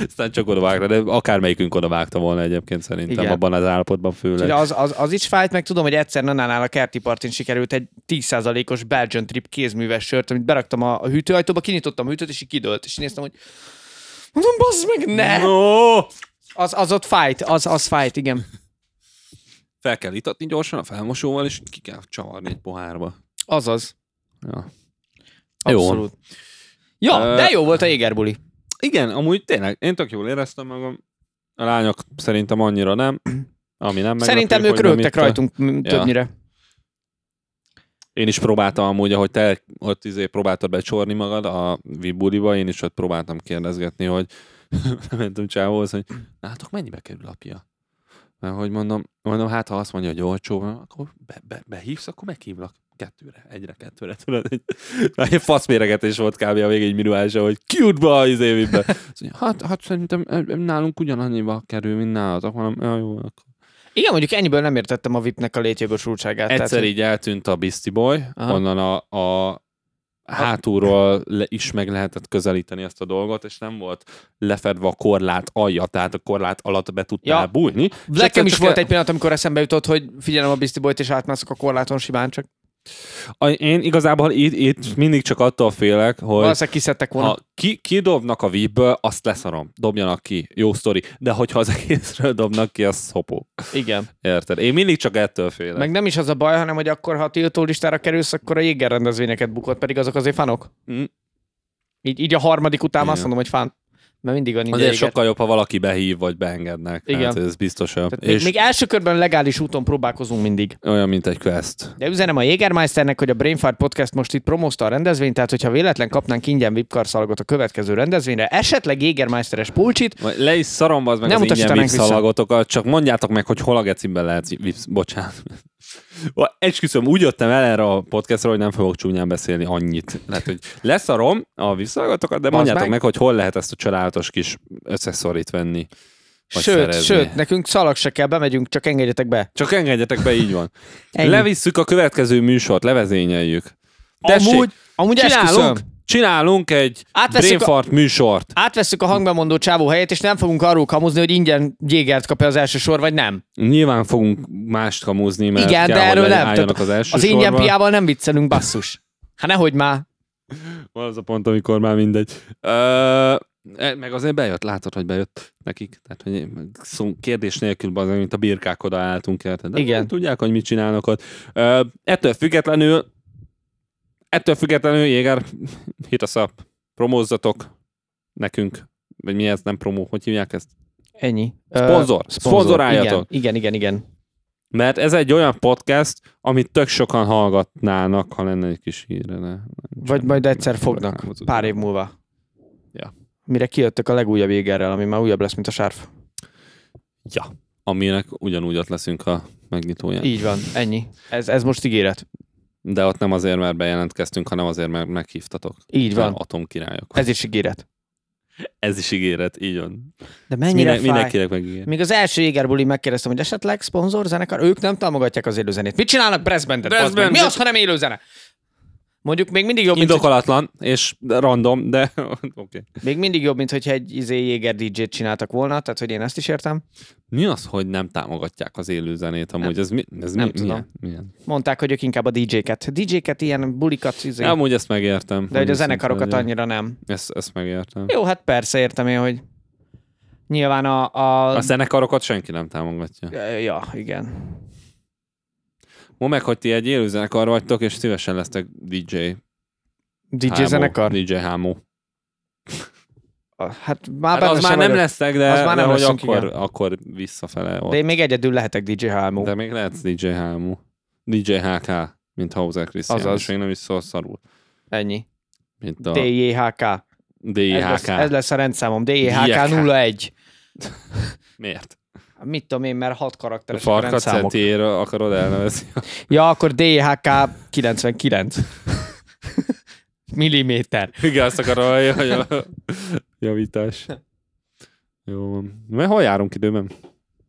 A: aztán csak oda vágta, de akármelyikünk oda vágta volna egyébként szerintem,
B: Igen.
A: Igen. abban az állapotban
B: Úgyhogy
A: főleg.
B: az, az, az is fájt, meg tudom, hogy egyszer Nanánál a kerti partin sikerült egy 10%-os Belgian Trip kézműves sört, amit beraktam a, a hűtőajtóba, kinyitottam a hűtőt, és így kidőlt, és így néztem, hogy mondom, bazd meg, ne!
A: No!
B: Az, az ott fájt, az, az fájt, igen.
A: Fel kell itatni gyorsan a felmosóval, és ki kell csavarni egy pohárba.
B: Azaz.
A: Ja. Jó.
B: Abszolút. Ja,
A: Ö-
B: de jó volt a égerbuli.
A: Igen, amúgy tényleg, én tök jól éreztem magam. A lányok szerintem annyira nem, ami nem meglepő,
B: Szerintem ők
A: hogy nem
B: rögtek
A: itt a-
B: rajtunk m- többnyire.
A: Én is próbáltam amúgy, ahogy te ott izé próbáltad becsorni magad a vibuliba, én is ott próbáltam kérdezgetni, hogy (laughs) mentem csávóhoz, hogy látok, mennyibe kerül a pia? Mert hogy mondom, mondom, hát ha azt mondja, hogy olcsó, mondom, akkor be, be, behívsz, akkor meghívlak kettőre, egyre kettőre, tudod, egy, egy faszméregetés volt kb. a végig minuása, hogy cute-ba az évében. Hát, hát szerintem eh, nálunk ugyanannyiba kerül, mint nálatok, mondom, ja, jó, akkor
B: Igen, mondjuk ennyiből nem értettem a VIP-nek a létjogosultságát.
A: Egyszer
B: Hát tehát,
A: így eltűnt a Beastie Boy,
B: Aha. Hát-
A: Aha. onnan a, a hátulról le, is meg lehetett közelíteni ezt a dolgot, és nem volt lefedve a korlát alja, tehát a korlát alatt be tudtál
B: Ja.
A: ja. bújni. És
B: hogy Nekem
A: egyszer
B: is
A: csak
B: volt
A: el-
B: egy pillanat, amikor eszembe jutott, hogy figyelem a Beastie Boyt, és átmászok a korláton simán csak.
A: A, én igazából itt, itt mindig csak attól félek, hogy
B: Valószínűleg kiszedtek volna.
A: ha ki, ki dobnak a víbből, azt leszarom. Dobjanak ki. Jó sztori. De hogyha az (laughs) egészről dobnak ki, az szopó.
B: Igen.
A: Érted? Én mindig csak ettől félek.
B: Meg nem is az a baj, hanem hogy akkor, ha a tiltó listára kerülsz, akkor a jégger rendezvényeket bukott, pedig azok azért fanok.
A: Mm.
B: Így, így a harmadik után
A: Igen.
B: azt mondom, hogy fan. Mert mindig van ingyen
A: Azért
B: jégger.
A: sokkal jobb, ha valaki behív, vagy beengednek.
B: Igen.
A: Hát ez biztosabb.
B: Tehát még,
A: És
B: még első körben legális úton próbálkozunk mindig.
A: olyan, mint egy quest.
B: De üzenem a Jägermeisternek, hogy a Brainfart Podcast most itt promózta a rendezvényt, tehát hogyha véletlen kapnánk ingyen vipkarszalagot a következő rendezvényre, esetleg Jägermeisteres pulcsit,
A: Majd le is szarom az meg
B: Nem
A: nem az ingyen
B: utasítanánk vissza.
A: visszalagotokat, csak mondjátok meg, hogy hol a gecimben lehet vips, bocsánat. Ó, Esküszöm, úgy jöttem el erre a podcastra, hogy nem fogok csúnyán beszélni annyit. Lehet, hogy leszarom a visszalagatokat, de
B: Bazd
A: mondjátok
B: meg.
A: meg. hogy hol lehet ezt a családos kis összeszorít venni. vagy
B: sőt,
A: szerezni.
B: sőt, nekünk szalag se kell, bemegyünk, csak engedjetek be.
A: Csak engedjetek be, így van.
B: Ennyi.
A: Levisszük a következő műsort, levezényeljük. Tessék,
B: amúgy, amúgy
A: csinálunk,
B: esküszöm.
A: csinálunk egy
B: Átveszük a-
A: Brainfart műsort.
B: Átveszük a hangbemondó csávó helyét, és nem fogunk arról kamuzni, hogy ingyen jégert kap az első sor, vagy nem.
A: Nyilván fogunk mást kamuzni, mert
B: Igen,
A: kell,
B: de
A: hogy
B: erről nem.
A: álljanak az első
B: Az ingyen
A: sorba.
B: piával nem viccelünk, basszus. Hát nehogy már.
A: Van az a pont, amikor már mindegy. Ö, e, meg azért bejött, látod, hogy bejött nekik. Tehát, hogy szó, kérdés nélkül, az, mint a birkák oda álltunk, érted? De
B: Igen.
A: Tudják, hogy mit csinálnak ott. Ö, ettől függetlenül, ettől függetlenül, Jéger, hit a szap, promózzatok nekünk, vagy mi ez, nem promó, hogy hívják ezt?
B: Ennyi.
A: Szponzor.
B: igen,
A: Szponzoráljatok.
B: igen, igen, igen.
A: Mert ez egy olyan podcast, amit tök sokan hallgatnának, ha lenne egy kis híre. Ne.
B: Vagy majd egyszer fognak, pár év múlva.
A: Ja.
B: Mire kijöttök a legújabb égerrel, ami már újabb lesz, mint a sárf.
A: Ja. Aminek ugyanúgy ott leszünk a megnyitóján.
B: Így van, ennyi. Ez, ez most ígéret.
A: De ott nem azért, mert bejelentkeztünk, hanem azért, mert meghívtatok.
B: Így
A: Mert
B: van.
A: Atomkirályok.
B: Ez is ígéret.
A: Ez is ígéret, így van.
B: De
A: Ezt
B: mennyire fáj.
A: mindenkinek megígér.
B: Még az első égerbuli megkérdeztem, hogy esetleg szponzor zenekar, ők nem támogatják az élőzenét. Mit csinálnak Brezbendet?
A: Brass
B: bazd meg? Mi
A: bandet.
B: az, ha nem élőzene? Mondjuk még mindig jobb, mint hogy
A: Indokolatlan és random, de (laughs) oké. Okay.
B: Még mindig jobb, mint hogyha egy izé Jéger DJ-t csináltak volna, tehát hogy én ezt is értem.
A: Mi az, hogy nem támogatják az élő zenét amúgy? Ez mi? Ez
B: Nem
A: mi,
B: tudom.
A: Milyen? milyen?
B: Mondták, hogy ők inkább a DJ-ket. DJ-ket, ilyen bulikat, izé,
A: Én... Amúgy ezt megértem.
B: de hogy a
A: őszinte
B: zenekarokat
A: legyek.
B: annyira nem.
A: Ezt, ezt megértem.
B: Jó, hát persze értem én, hogy nyilván a... a...
A: A zenekarokat senki nem támogatja.
B: Ja, igen.
A: Mondd meg, hogy ti egy élő zenekar vagytok, és szívesen lesztek DJ.
B: DJ
A: hámó.
B: zenekar?
A: DJ hámó.
B: Hát
A: Hát
B: már
A: az már nem lesztek, de,
B: Az már nem
A: de hogy
B: leszünk,
A: akkor,
B: igen.
A: akkor visszafele ott.
B: De én még egyedül lehetek DJ hámú.
A: De még lehetsz DJ Hámú. DJ HK, mint Hauser Krisztián.
B: Azaz.
A: Azaz. És még nem is szól szarul,
B: Ennyi.
A: mint a
B: DJHK. Ez lesz,
A: DIHK.
B: ez lesz a rendszámom. DJHK
A: DJHK.
B: 01.
A: Miért?
B: Mit tudom én, mert hat
A: A
B: karakteres a
A: farkat
B: rendszámok.
A: centéről akarod elnevezni? (laughs)
B: Ja, akkor DHK 99. (laughs) Milliméter.
A: Igen, azt akarom, hogy- hogy a
B: (laughs)
A: javítás. Jó van. Mert hol járunk időben?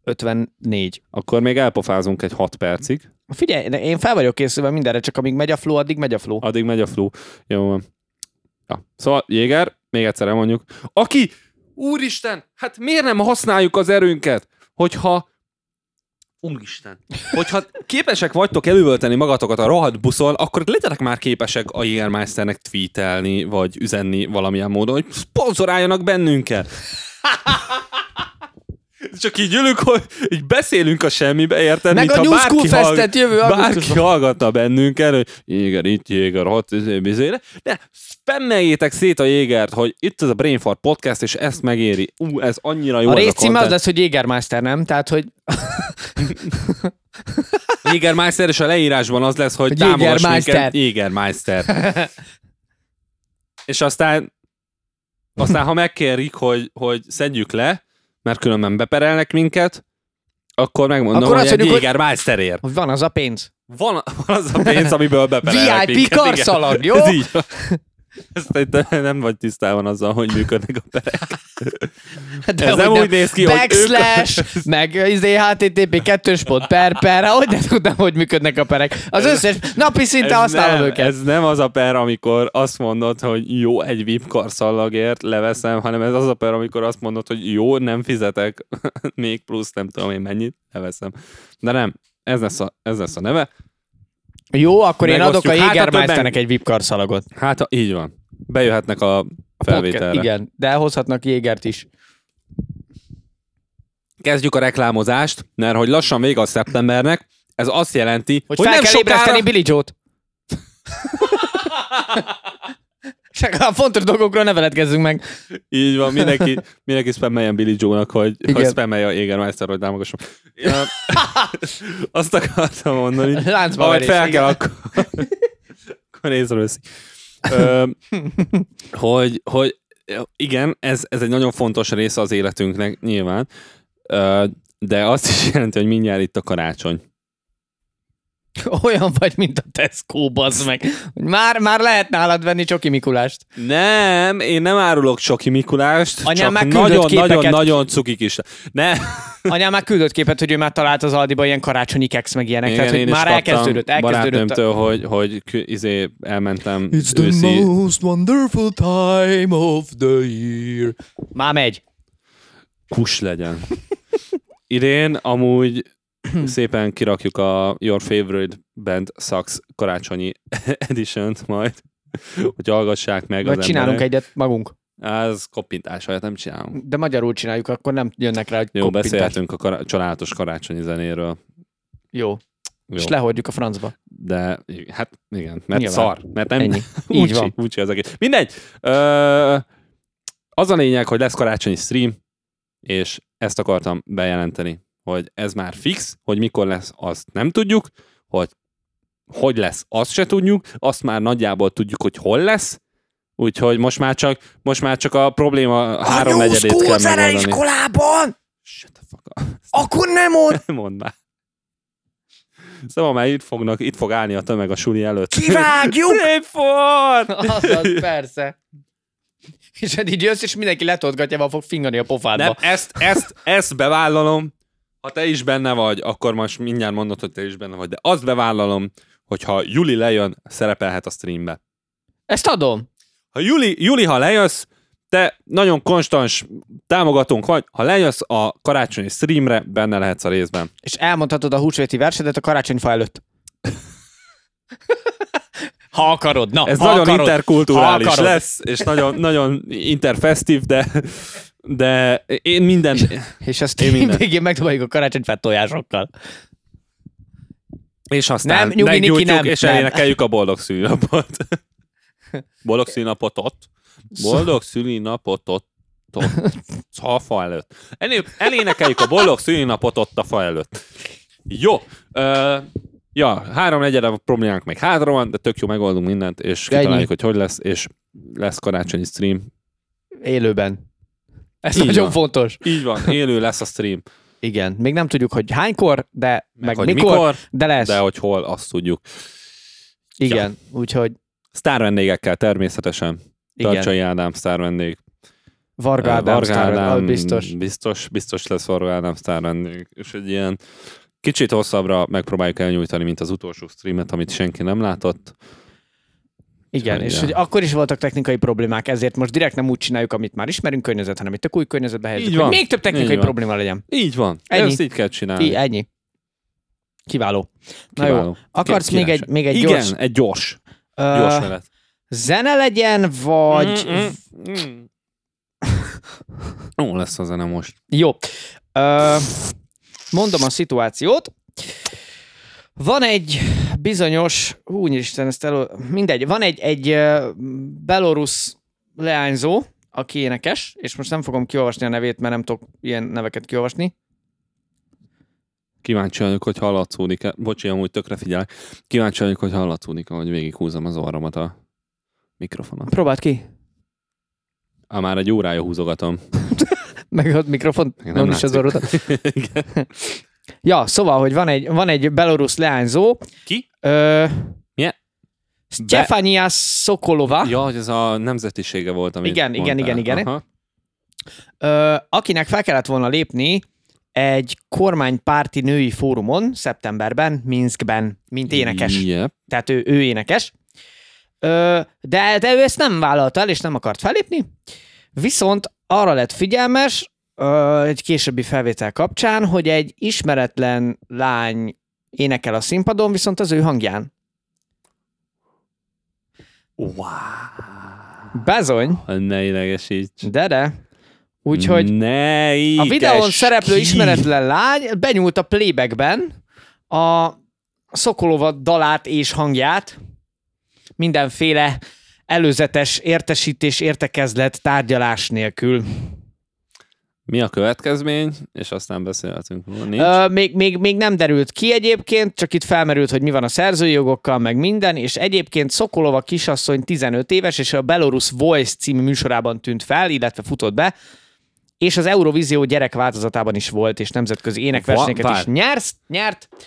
B: 54.
A: Akkor még elpofázunk egy 6 percig,
B: Figyelj, de én fel vagyok készülve mindenre, csak amíg megy a flow, addig megy a flow.
A: addig megy a flu. Jó van. Ja. Szóval, Jéger, még egyszer elmondjuk, aki, úristen, hát miért nem használjuk az erőnket, hogyha Úristen. Hogyha képesek vagytok elüvölteni magatokat a rohadt buszon, akkor legyetek már képesek a Jägermeisternek tweetelni, vagy üzenni valamilyen módon, hogy szponzoráljanak bennünket. (laughs) Csak így ülünk, hogy így beszélünk a semmibe, érted?
B: Meg a
A: Mintha
B: New School
A: bárki hallg-
B: Festet jövő
A: Bárki
B: augusztusban.
A: hallgatta bennünket, hogy Jéger itt, Jéger hat, izé, bizére. De spammeljétek szét a Jégert, hogy itt ez a Brainfart podcast, és ezt megéri. Ú, ez annyira jó
B: A
A: ez
B: részcím az
A: content.
B: lesz, hogy Jägermeister, nem? Tehát, hogy
A: Jägermeister, és a leírásban az lesz, hogy
B: Hogy
A: támogass
B: Jägermeister.
A: minket.
B: (laughs)
A: Jägermeister. és aztán, aztán ha megkérik, hogy, hogy szedjük le, mert különben beperelnek minket, akkor megmondom,
B: Akkor
A: akkor
B: azt
A: hogy egy
B: mondjuk, hogy-
A: Jägermeisterért.
B: hogy van az a
A: (laughs)
B: pénz.
A: Van, van az a pénz, amiből
B: (laughs)
A: beperelnek
B: VIP
A: minket, igen.
B: karszalag, jó?
A: Ez így van. Ezt te- te nem vagy tisztában azzal, hogy működnek a
B: (laughs)
A: perek.
B: De
A: Ez
B: hogy
A: nem úgy néz ki, hogy ők-
B: Backslash,
A: (laughs)
B: meg izé HTTP 2 pont per per, hogy nem tudom, hogy működnek a perek. Az összes napi szinte használom
A: nem,
B: őket.
A: ez nem az a per, amikor azt mondod, hogy jó, egy VIP karszallagért leveszem, hanem ez az a per, amikor azt mondod, hogy jó, nem fizetek (laughs) még plusz, nem tudom én mennyit, leveszem. De nem, ez lesz a, ez lesz a neve.
B: Jó, akkor én
A: Megosztjuk.
B: adok a
A: Hát, a
B: Jägermeisternek
A: többen-
B: egy VIP karszalagot.
A: Hát, ha így van. Bejöhetnek a felvételre.
B: Podcast- Igen, de hozhatnak Jégert is.
A: Kezdjük a reklámozást, mert hogy lassan vége a szeptembernek, ez azt jelenti,
B: Hogy, fel
A: nem
B: kell
A: sokára...
B: ébreszteni Billy (laughs) Joe-t. Csak a fontos dolgokról ne feledkezzünk meg.
A: Így van, mindenki, mindenki spammeljen Billy Joe-nak, hogy, hogy
B: Igen.
A: spammelje a Jägermeister, hogy támogasson.
B: (laughs)
A: Ja, azt akartam mondani.
B: Láncba
A: Ha majd
B: verés,
A: fel
B: igen.
A: kell, akkor, akkor észreveszi. Ö, hogy, hogy igen, ez, ez egy nagyon fontos része az életünknek nyilván, Ö, de azt is jelenti, hogy mindjárt itt a karácsony.
B: (laughs) Olyan vagy, mint a Tesco, bazd meg. Már, már lehet nálad venni Csoki Mikulást.
A: Nem, én nem árulok Csoki Mikulást,
B: Anyám már
A: csak
B: küldött képeket.
A: nagyon-nagyon-nagyon cukik is. Nem,
B: Anyám már küldött képet, hogy ő már talált az Aldiba ilyen karácsonyi keksz meg ilyenek. Igen, tehát,
A: én
B: hogy
A: is
B: már
A: kaptam
B: elkezdődött, elkezdődött. A...
A: Barátnőmtől, hogy, hogy kü- izé, elmentem
C: It's the
A: őszi.
C: most wonderful time of the year.
B: Már megy.
A: Kus legyen. Idén amúgy szépen kirakjuk a Your Favorite Band Sucks karácsonyi (laughs) edition majd, hogy hallgassák meg
B: Vagy
A: az
B: csinálunk
A: emberek.
B: egyet magunk.
A: Á, Ez koppintás, olyat nem csinálunk.
B: De magyarul csináljuk, akkor nem jönnek rá, hogy
A: Jó,
B: koppintás.
A: beszéltünk a kar- családos karácsonyi zenéről.
B: Jó. Jó.
A: Jó,
B: És lehordjuk a francba.
A: de hát igen, mert
B: Nyilván.
A: szar, mert nem,
B: Ennyi. Így
A: Úgy
B: van.
A: Úgy az egész. Mindegy. Ö, az a lényeg, hogy lesz karácsonyi stream, és ezt akartam bejelenteni, hogy ez már fix, hogy mikor lesz, azt nem tudjuk, hogy hogy lesz, azt se tudjuk, azt már nagyjából tudjuk, hogy hol lesz, úgyhogy most már csak, most már csak a probléma három negyedét kell megoldani.
B: iskolában?
A: Shut the fuck up. (laughs)
B: Akkor nem mond.
A: Mondd már. Szóval már itt, fognak, itt fog állni a tömeg a suli előtt.
B: Kivágjuk!
A: (laughs) Szép volt!
B: (laughs) Azaz, persze. És hát így jössz, és mindenki letoltgatja, van fog fingani a pofádba.
A: Nem,
B: Nem.
A: ezt, ezt, ezt bevállalom. Ha te is benne vagy, akkor most mindjárt mondod, hogy te is benne vagy, de azt bevállalom, hogyha Juli lejön, szerepelhet a streambe.
B: Ezt adom.
A: Ha Juli, Juli, ha lejössz, te nagyon konstans támogatónk vagy, ha lejössz a karácsonyi streamre, benne lehetsz a részben.
B: És elmondhatod a húsvéti versedet a karácsonyfa előtt. (laughs) ha akarod, na,
A: Ez
B: ha
A: nagyon
B: akarod, ha
A: interkulturális
B: akarod.
A: lesz, és nagyon, nagyon interfesztív, de, de én minden...
B: És azt (laughs)
A: Én
B: én
A: mindent.
B: végén megdobáljuk a karácsonyfát tojásokkal.
A: És aztán
B: Nem, nyugi, Niki,
A: meggyújtjuk,
B: nem,
A: és
B: nem.
A: elénekeljük a boldog
B: (laughs)
A: szülinapot. boldog szülinapot ott. Boldog szülinapot ott. ott. A fa előtt. Elé- Elénekeljük a boldog szülinapot ott a fa előtt. Jó. Ö, ja, három negyede a problémánk még hátra van, de tök jó megoldunk mindent, és
B: Ennyi.
A: kitaláljuk, hogy hogy lesz, és lesz karácsonyi stream.
B: Élőben. Ez
A: Így
B: nagyon
A: van.
B: fontos.
A: Így van, élő lesz a stream.
B: Igen, még nem tudjuk, hogy hánykor, de meg,
A: hogy
B: mikor,
A: mikor,
B: de lesz.
A: De hogy hol, azt tudjuk.
B: Igen, úgyhogy
A: Sztár vendégekkel természetesen.
B: Igen.
A: Tartsai Ádám sztár vendég.
B: Varga Ádám,
A: Varga
B: Varga
A: Ádám
B: biztos.
A: biztos. Biztos lesz Varga Ádám sztár vendég. És egy ilyen kicsit hosszabbra megpróbáljuk elnyújtani, mint az utolsó streamet, amit senki nem látott.
B: Igen, és
A: Igen.
B: hogy akkor is voltak technikai problémák, ezért most direkt nem úgy csináljuk, amit már ismerünk környezet, hanem itt a új környezetbe helyezzük,
A: Így
B: hogy
A: van.
B: még több technikai
A: Így van.
B: probléma legyen.
A: Így van.
B: Ennyi.
A: Ezt így kell csinálni.
B: Ki, ennyi. Kiváló. Na jó.
A: Kiváló.
B: Akarsz
A: Király-
B: még egy, még egy
A: Igen,
B: gyors,
A: egy gyors.
B: ö,
A: Gyors menet.
B: zene legyen, vagy...
A: Mm, mm, mm. Jó lesz a zene most.
B: Jó. Ö, mondom a szituációt. Van egy bizonyos, hú, Isten, ezt elő, mindegy, van egy, egy ö, belorusz leányzó, aki énekes, és most nem fogom kiolvasni a nevét, mert nem tudok ilyen neveket kiolvasni.
A: Kíváncsi vagyok, hogy hallatszódik. Bocsi, amúgy tökre figyelek. Kíváncsi vagyok, hogy hallatszódik, ahogy végighúzom az orromat a mikrofonot.
B: Próbáld ki.
A: Á, már egy órája húzogatom. (laughs)
B: Meg a mikrofon, nem,
A: nem
B: nem is az
A: látszik.
B: orrod.
A: Igen.
B: Ja, szóval, hogy van egy, van egy belorusz leányzó.
A: Ki?
B: Ö,
A: Milyen?
B: Stefania Szokolova.
A: Ja, hogy ez a nemzetisége volt, amit
B: Igen, igen,
A: mondtál.
B: igen, igen.
A: Aha.
B: Ö, akinek fel kellett volna lépni egy kormánypárti női fórumon szeptemberben, Minskben, mint énekes.
A: Yep.
B: Tehát ő, ő énekes. Ö, de, de ő ezt nem vállalta el, és nem akart felépni. Viszont arra lett figyelmes ö, egy későbbi felvétel kapcsán, hogy egy ismeretlen lány énekel a színpadon, viszont az ő hangján.
A: Wow.
B: Bezony,
A: Hát Ne idegesíts.
B: de de.
A: Mm.
B: Úgyhogy
A: ne
B: A videón
A: iges
B: szereplő
A: ki.
B: ismeretlen lány benyúlt a playbackben a Szokolova dalát és hangját, mindenféle előzetes értesítés, értekezlet, tárgyalás nélkül.
A: Mi a következmény, és aztán beszélhetünk róla. Nincs.
B: Ö, még, még, még nem derült ki egyébként, csak itt felmerült, hogy mi van a szerzői jogokkal, meg minden, és egyébként Szokolova kisasszony 15 éves, és a Belarus Voice című műsorában tűnt fel, illetve futott be, és az Eurovízió gyerek változatában is volt, és nemzetközi énekversenyeket
A: Va-
B: is
A: vár.
B: nyert, nyert
A: Oké,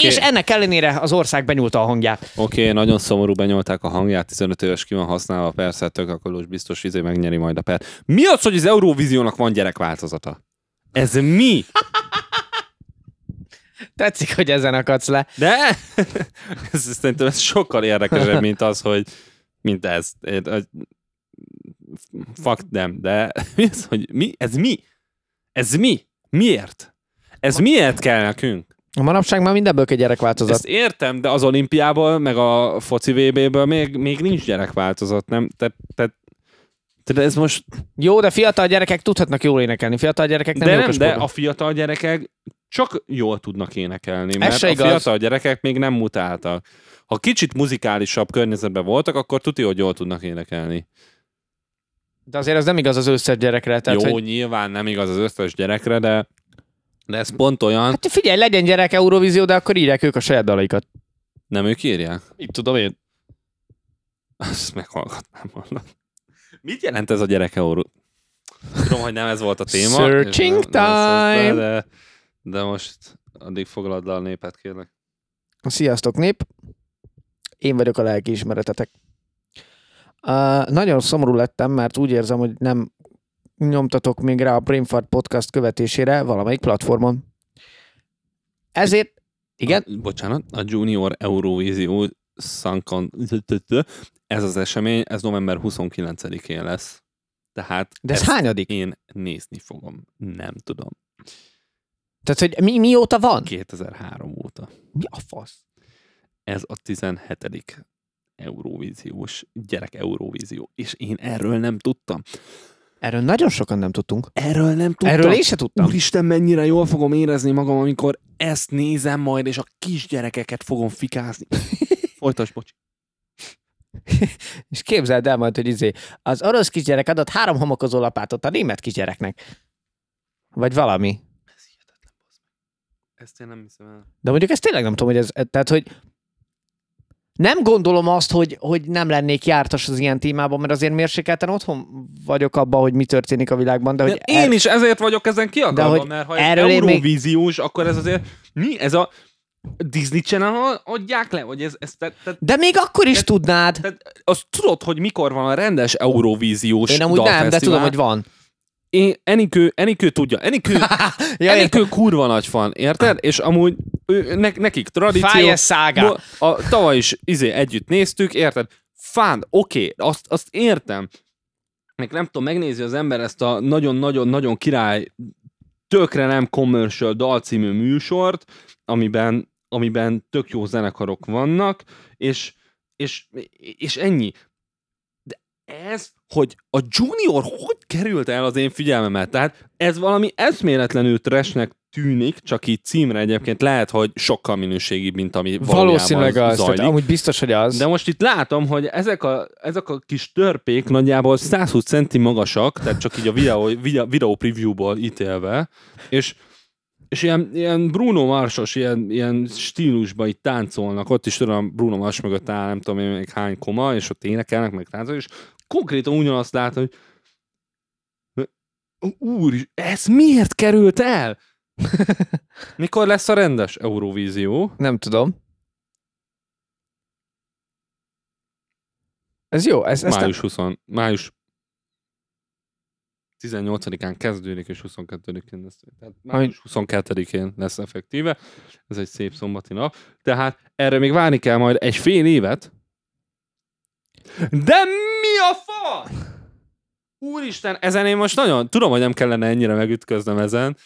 B: okay. és e- ennek ellenére az ország benyúlta a hangját.
A: oké, nagyon szomorú benyolták a hangját, 15 éves ki van használva, persze, tök akkor most biztos izé megnyeri majd a per. Mi az, hogy az Eurovíziónak van gyerekváltozata? Ez mi?
B: Tetszik, hogy ezen akadsz le.
A: De (laughs) ez, szerintem ez sokkal érdekesebb, mint az, hogy mint ez. Én- hogy- Fuck nem, de (laughs) mi ez, hogy mi? Ez mi? Ez mi? Miért? Ez miért kell nekünk?
B: A manapság már mindenből egy gyerek változat.
A: Ezt értem, de az olimpiából, meg a foci VB-ből még, még nincs gyerekváltozat, nem? Tehát te, te, de ez most...
B: Jó, de fiatal gyerekek tudhatnak jól énekelni. Fiatal gyerekek nem
A: de
B: jók
A: nem,
B: a
A: de
B: sportban.
A: a fiatal gyerekek csak jól tudnak énekelni, mert
B: se
A: a
B: igaz.
A: fiatal gyerekek még nem mutáltak. Ha kicsit muzikálisabb környezetben voltak, akkor tudja, hogy jól tudnak énekelni.
B: De azért ez nem igaz az összes gyerekre. Tehát,
A: Tehát, Jó,
B: hogy...
A: hogy... nyilván nem igaz az összes gyerekre, de, de ez pont olyan,
B: Hát figyelj, legyen gyerek Eurovízió, de akkor írják ők a saját dalaikat.
A: nem ők írják?
B: Itt tudom én.
A: Azt meghallgatnám volna. Mit jelent ez a gyerek euró? Tudom, hogy nem ez volt a téma.
B: Searching
A: és nem- nem
B: time.
A: szólsz bele, De, de most addig foglald le a népet, kérlek.
B: Sziasztok nép! Én vagyok a lelkiismeretetek. Uh, nagyon szomorú lettem, mert úgy érzem, hogy nem nyomtatok még rá a Brainfart podcast követésére valamelyik platformon. Ezért, igen,
A: A, bocsánat, a Junior Eurovízió Sankon... Ez az esemény, ez november 29-én lesz. Tehát
B: de ez
A: ezt
B: hányadik?
A: én nézni fogom. Nem tudom.
B: Tehát, hogy mi, mióta van?
A: 2003 óta.
B: Mi a fasz?
A: ez a 17. Euróvíziós, gyerek Euróvízió. És én erről nem tudtam.
B: Erről nagyon sokan nem tudtunk.
A: Erről nem tudtam.
B: Erről én se tudtam.
A: Úristen, mennyire jól fogom érezni magam, amikor ezt nézem majd, és a kisgyerekeket fogom
B: (laughs)
A: fikázni. Folytas, bocs.
B: És képzeld el majd, hogy izé, az orosz kisgyerek adott három homokozó lapátot a német kisgyereknek. Vagy valami.
A: Ez hihetetlen, bassz meg. Ezt én nem hiszem el.
B: De mondjuk ezt tényleg nem tudom, hogy ez, tehát, hogy nem gondolom azt, hogy, hogy nem lennék jártas az ilyen témában, mert azért mérsékelten otthon vagyok abban, hogy mi történik a világban, de hogy er-
A: De én is ezért vagyok ezen
B: De
A: kiakadva,
B: hogy
A: mert ha ez
B: erről én még-
A: Euróvíziós, akkor ez azért mi? Ez a Disney Channel adják le? Vagy ez, ez tehát, tehát,
B: de még akkor is
A: De-
B: tudnád.
A: tehát, azt tudod, hogy mikor van a rendes Euróvíziós
B: Én amúgy nem, de
A: dalfesztivál?
B: tudom, hogy van.
A: én, Enikő, Enikő tudja, Enikő,
B: (laughs) Ja, értem.
A: Enikő kurva nagy fan, érted? És amúgy ő, ne, nekik tradíció.
B: Fájes szága.
A: Mo- A, tavaly is izé, együtt néztük, érted? fán, oké, azt, azt értem. Meg nem tudom, megnézi az ember ezt a nagyon-nagyon-nagyon király tökre nem commercial dalcímű műsort, amiben, amiben tök jó zenekarok vannak, és, és, és ennyi. De ez, hogy a junior hogy került el az én figyelmemet? Tehát ez valami eszméletlenül tresnek tűnik, csak így címre egyébként lehet, hogy sokkal minőségibb, mint ami
B: Valószínűleg
A: valójában
B: az, tehát
A: zajlik.
B: amúgy biztos, hogy az.
A: De
B: De...
A: most itt látom, hogy ezek a, ezek a kis törpék nagyjából 120 centi magasak, tehát csak így a videó, videó, videó preview-ból ítélve, és, és ilyen, ilyen Bruno Marsos, ilyen, ilyen stílusban itt táncolnak, ott is tudom, Bruno Mars mögött áll, nem tudom én még hány koma, és ott énekelnek, meg táncolnak, és konkrétan ugyanazt látom, hogy úr, ez miért került el? (laughs) Mikor lesz a rendes Eurovízió?
B: Nem tudom. Ez jó, ez, ezt
A: május 20, május 18-án kezdődik, és 22-én lesz. Tehát május 22-én lesz effektíve. Ez egy szép szombati nap. Tehát erre még várni kell majd egy fél évet. De mi a fa? Úristen, ezen én most nagyon, tudom, hogy nem kellene ennyire megütköznem ezen,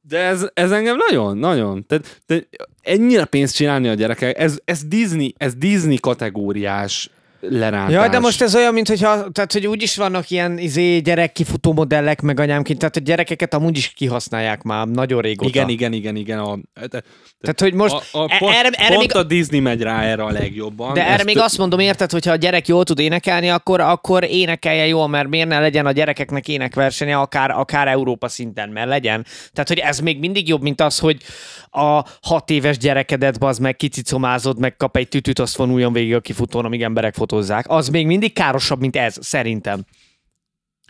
A: de ez, ez engem nagyon, nagyon. Tehát, tehát ennyire pénzt csinálni a gyerekek, ez, ez Disney, ez Disney kategóriás lerántás.
B: Jaj, de most ez olyan, mint hogyha, tehát, hogy úgy is vannak ilyen izé, gyerek kifutó modellek, meg anyámként, tehát a gyerekeket amúgy is kihasználják már nagyon régóta.
A: Igen, igen, igen, igen. A, tehát
B: Tehát, hogy most e-
A: a, a, pont,
B: erre, erre
A: pont
B: még,
A: a Disney megy rá erre a legjobban.
B: de erre
A: Ezt-
B: még azt mondom, érted, hogyha a gyerek jól tud énekelni, akkor, akkor énekelje jól, mert miért ne legyen a gyerekeknek énekversenye, akár, akár Európa szinten, mert legyen. Tehát, hogy ez még mindig jobb, mint az, hogy a hat éves gyerekedet bazd meg kicicomázod, meg kap egy tütüt, azt vonuljon végig a kifutón, amíg emberek fotózzák. Az még mindig károsabb, mint ez, szerintem.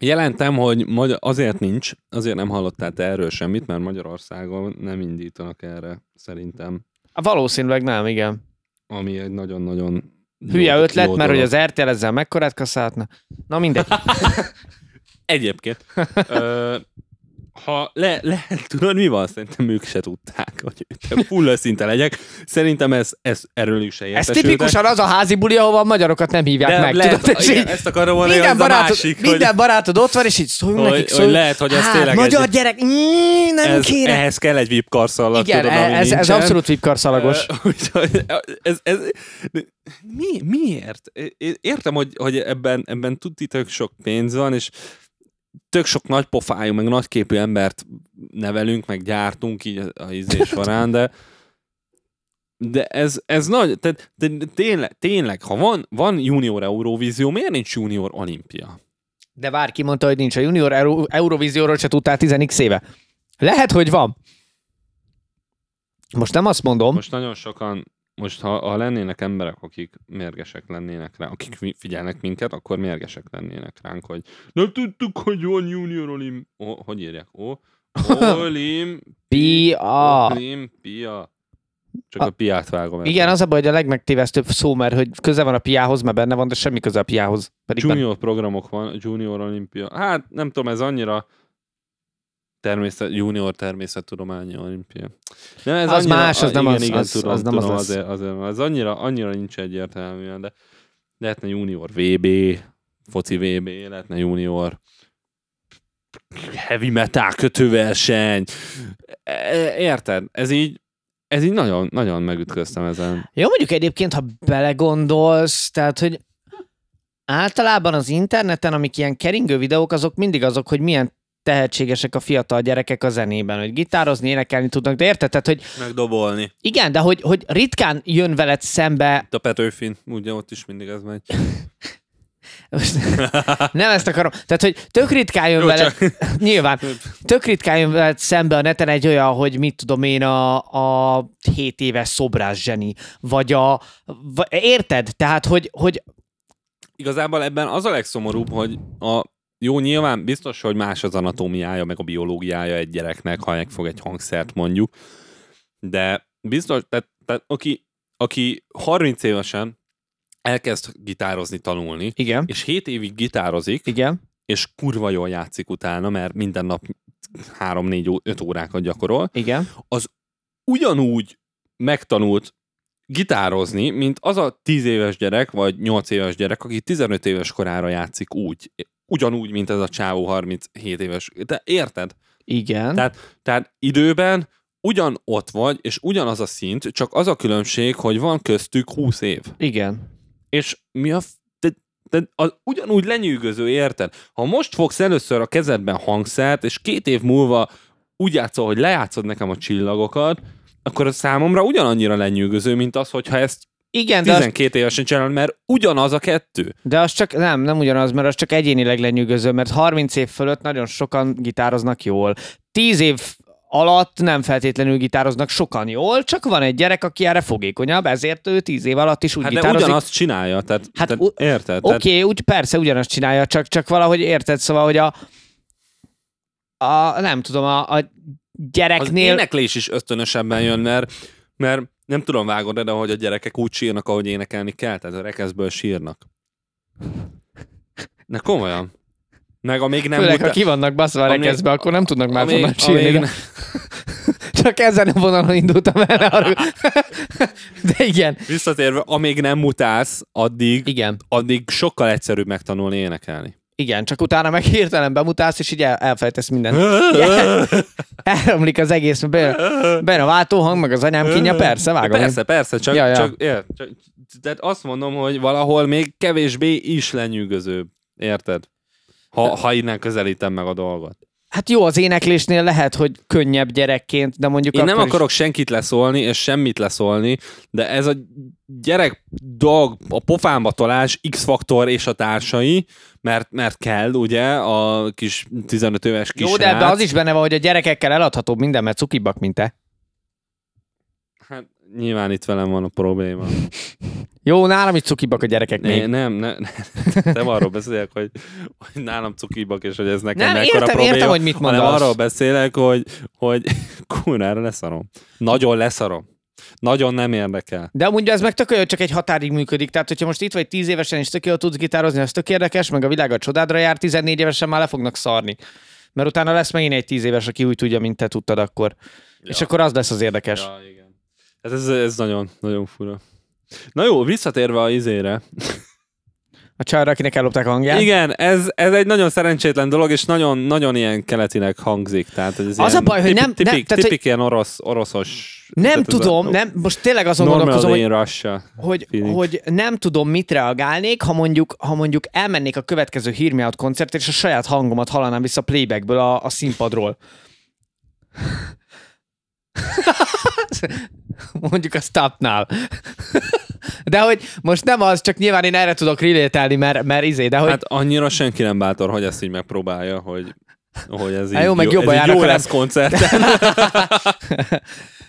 A: Jelentem, hogy magyar, azért nincs, azért nem hallottál te erről semmit, mert Magyarországon nem indítanak erre, szerintem.
B: Valószínűleg nem, igen.
A: Ami egy nagyon-nagyon
B: Hülye
A: jó-
B: ötlet,
A: jó
B: mert hogy
A: dolog.
B: az RTL ezzel mekkorát kaszáltna.
A: (laughs)
B: Na mindegy.
A: Egyébként. Ö, ha le, le, tudod, mi van? Szerintem ők se tudták, hogy full őszinte legyek. Szerintem ez, ez erről is se
B: Ez
A: értesültek.
B: tipikusan az a házi buli, ahova a magyarokat nem hívják
A: de
B: meg.
A: lehet,
B: tudod, és
A: igen,
B: így
A: ezt akarom mondani,
B: minden,
A: az a
B: barátod,
A: másik, hogy-
B: minden barátod ott van, és így szóljunk
A: Hogy-
B: nekik,
A: hogy
B: szóljunk.
A: lehet, hogy ez
B: hát,
A: tényleg
B: magyar
A: egy-
B: gyerek, mm, nem
A: ez,
B: kéne.
A: ehhez kell egy VIP karszallat,
B: Igen, e-
A: tudod, ami
B: ez, ez
A: nincsen.
B: abszolút vipkarszalagos.
A: Ö, úgyhogy ez, ez, de mi, miért? É- Értem, hogy, hogy ebben, ebben tudti tök sok pénz van, és tök sok nagy pofájú, meg nagyképű embert nevelünk, meg gyártunk így a- a
B: (laughs)
A: izés során, de de ez, ez nagy, tehát de tényleg, tényleg, ha van, van junior Eurovízió, miért nincs junior olimpia?
B: De vár, ki mondta, hogy nincs a junior Euró- Eurovízióról se tudtál 10 éve. Lehet, hogy van. Most nem azt mondom,
A: Most nagyon sokan, most ha, ha lennének emberek, akik mérgesek lennének rá, akik fi- figyelnek minket, akkor mérgesek lennének ránk, hogy nem tudtuk, hogy van junior olim... O, hogy írják? O, olim...
B: Pia.
A: Olimpia. Csak a, piát vágom. el.
B: Ah. Igen, az a baj, hogy a legmegtévesztőbb szó, mert hogy köze van a piához, mert benne van, de semmi köze a piához. Pedig nem.
A: Junior programok van, junior olimpia. Hát nem tudom, ez annyira természet, junior természettudományi olimpia. Nem, ez
B: Az más, az nem
A: igen,
B: az-
A: igen,
B: az-
A: tudom,
B: az nem az
A: tudom,
B: lesz.
A: azért, azért, az annyira, annyira nincs egyértelműen, de lehetne junior VB, foci VB, lehetne junior heavy metal kötőverseny. E- Érted? Ez így, ez így nagyon, nagyon megütköztem ezen.
B: Jó, mondjuk egyébként, ha belegondolsz, tehát, hogy általában az interneten, amik ilyen keringő videók, azok mindig azok, hogy milyen tehetségesek a fiatal gyerekek a zenében, hogy gitározni, énekelni tudnak, de érted? Tehát, hogy
A: Megdobolni.
B: igen, de hogy, hogy ritkán jön veled
A: (laughs)
B: szembe,
A: A Petőfin, ugye ott is mindig ez megy.
B: most nem ezt akarom, tehát, hogy tök ritkán jön
A: Jó,
B: veled, (laughs) nyilván, tök ritkán jön veled szembe a neten egy olyan, hogy mit tudom én, a, a 7 éves szobrás zseni, vagy a, v- érted? Tehát, hogy, hogy
A: igazából ebben az a legszomorúbb, hogy a jó, nyilván biztos, hogy más az anatómiája, meg a biológiája egy gyereknek, ha megfog egy hangszert mondjuk, de biztos, tehát, tehát aki, aki 30 évesen elkezd gitározni, tanulni,
B: igen,
A: és 7 évig gitározik,
B: igen.
A: és kurva jól játszik utána, mert minden nap 3-4-5 órákat gyakorol,
B: Igen.
A: ugyanúgy megtanult gitározni, mint az a 10 éves gyerek, vagy 8 éves gyerek, aki 15 éves korára játszik úgy. Ugyanúgy, mint ez a csávó 37 éves. Te érted?
B: Igen.
A: Tehát- Tehát időben ugyanott vagy, és ugyanaz a szint, csak az a különbség, hogy van köztük 20 év.
B: Igen.
A: És mi a... f- Te, te az ugyanúgy lenyűgöző, érted? Ha most fogsz először a kezedben hangszert, és két év múlva úgy játszol, hogy lejátszod nekem a csillagokat, akkor az számomra ugyanannyira lenyűgöző, mint az, hogyha ezt
B: Igen, de az,
A: 12 évesen csinálod, mert ugyanaz a kettő.
B: de az csak, nem, nem ugyanaz, mert az csak egyénileg lenyűgöző, mert 30 év fölött nagyon sokan gitároznak jól. 10 év alatt nem feltétlenül gitároznak sokan jól, csak van egy gyerek, aki erre fogékonyabb, ezért ő 10 év alatt is úgy
A: Hát de
B: gitározik.
A: ugyanazt csinálja, tehát,
B: Hát
A: tehát
B: u-
A: érted?
B: Oké,
A: Tehát
B: okay, úgy persze ugyanazt csinálja, csak, csak valahogy érted, szóval, hogy a, a nem tudom, a, a gyereknél...
A: Az éneklés is ösztönösebben jön, mert, mert nem tudom, vágod de hogy a gyerekek úgy sírnak, ahogy énekelni kell, tehát a rekeszből sírnak. Ne komolyan. Meg a még nem
B: Főleg, ha
A: muta-
B: ki vannak baszva a
A: Amíg-
B: rekeszbe, akkor nem tudnak már
A: amíg-
B: honnan sírni.
A: amíg-
B: de- Csak ezen a vonalon indultam el.
A: (laughs)
B: Arra. De igen.
A: Visszatérve, amíg nem mutálsz, addig,
B: Igen,
A: addig sokkal egyszerűbb megtanulni énekelni.
B: igen, csak utána meg hirtelen bemutálsz, és így el, elfelejtesz
A: (laughs)
B: mindent. Elromlik az egész, mert bejön- bejön a váltóhang, meg az anyám kínja, persze, vágom. én.
A: Persze, persze, csak,
B: Ja,
A: ja,
B: ja.
A: ja. csak, ér, csak tehát azt mondom, hogy valahol még kevésbé is lenyűgözőbb. Érted? Ha, ha innen közelítem meg a dolgot.
B: Hát jó, az éneklésnél lehet, hogy könnyebb gyerekként, de mondjuk
A: Én
B: akkor
A: nem
B: is-
A: akarok senkit leszólni, és semmit leszólni, de ez a gyerek dolg, a pofámba tolás, X-faktor és a társai, mert, mert kell, ugye, a kis 15 éves kis
B: Jó, de ebben az is benne van, hogy a gyerekekkel eladhatóbb minden, mert cukibbak, mint te.
A: Hát, nyilván itt velem van a probléma.
B: Jó, nálam is cukibbak a gyerekek még.
A: Ne, nem, ne, ne, (laughs) nem arról beszélek, hogy, hogy nálam cukibak, és hogy ez nekem
B: Nem,
A: mekkora
B: értem,
A: probléma,
B: értem, hogy mit mondasz.
A: hanem arról beszélek, hogy, hogy (laughs) kurvára leszarom. Nagyon leszarom. Nagyon nem érdekel.
B: De amúgy ez meg tök olyan, csak egy határig működik. Tehát, hogyha most itt vagy 10 évesen és tök jól tudsz gitározni, az tök érdekes, meg a világ a csodádra jár, 14 évesen már le fognak szarni. Mert utána lesz megint egy 10 éves, aki úgy tudja, mint te tudtad akkor. Ja. És akkor az lesz az érdekes. Ja.
A: Ja, igen. Hát ez, ez nagyon, nagyon fura. Na jó, visszatérve a izére.
B: A csajra, akinek ellopták a hangját.
A: Ja. Igen, ez, ez egy nagyon szerencsétlen dolog, és nagyon, nagyon ilyen keletinek hangzik. Tehát, hogy ez
B: Az
A: ilyen
B: a baj, hogy nem-
A: tipik,
B: nem-
A: tipik,
B: tehát, hogy-
A: tipik ilyen orosz, oroszos...
B: Nem
A: tehát ez a-
B: tudom, nem, most tényleg azon
A: Normal
B: gondolkozom, hogy
A: in Russia.
B: hogy,
A: feeling.
B: hogy nem tudom, mit reagálnék, ha mondjuk, ha mondjuk elmennék a következő Hear Me Out koncertre, és a saját hangomat hallanám vissza playbackből a, a színpadról. (laughs) mondjuk a stopnál. De hogy most nem az, csak nyilván én erre tudok rilételni, mert, mert izé, de hogy... Hát,
A: Hát annyira senki nem bátor, hogy ezt így megpróbálja, hogy, hogy ez így
B: Hát jó, meg jobban
A: ez így
B: járnak
A: jó
B: a
A: lesz
B: (laughs)
A: koncerten.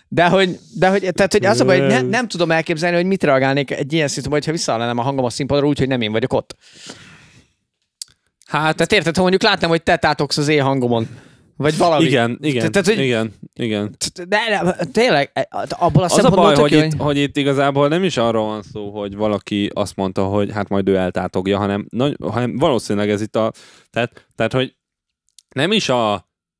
B: de hogy, de hogy, tehát, hogy az a baj, hogy ne, nem tudom elképzelni, hogy mit reagálnék egy ilyen szituációban, hogyha visszahallanám a hangom a színpadról, úgyhogy nem én vagyok ott.
A: Hát
B: Tehát érted, ha mondjuk látnám, hogy te tátogsz az én hangomon. Vagy valami.
A: igen, igen,
B: Tehát, hogy-
A: igen, igen.
B: De, de tényleg, abból a
A: Az a
B: szempontból
A: baj,
B: tök
A: hogy
B: jó,
A: itt, hogy itt igazából nem is arról van szó, hogy valaki azt mondta, hogy hát majd ő eltátogja, hanem, nagy, hanem valószínűleg ez itt a... Tehát, tehát hogy nem is a,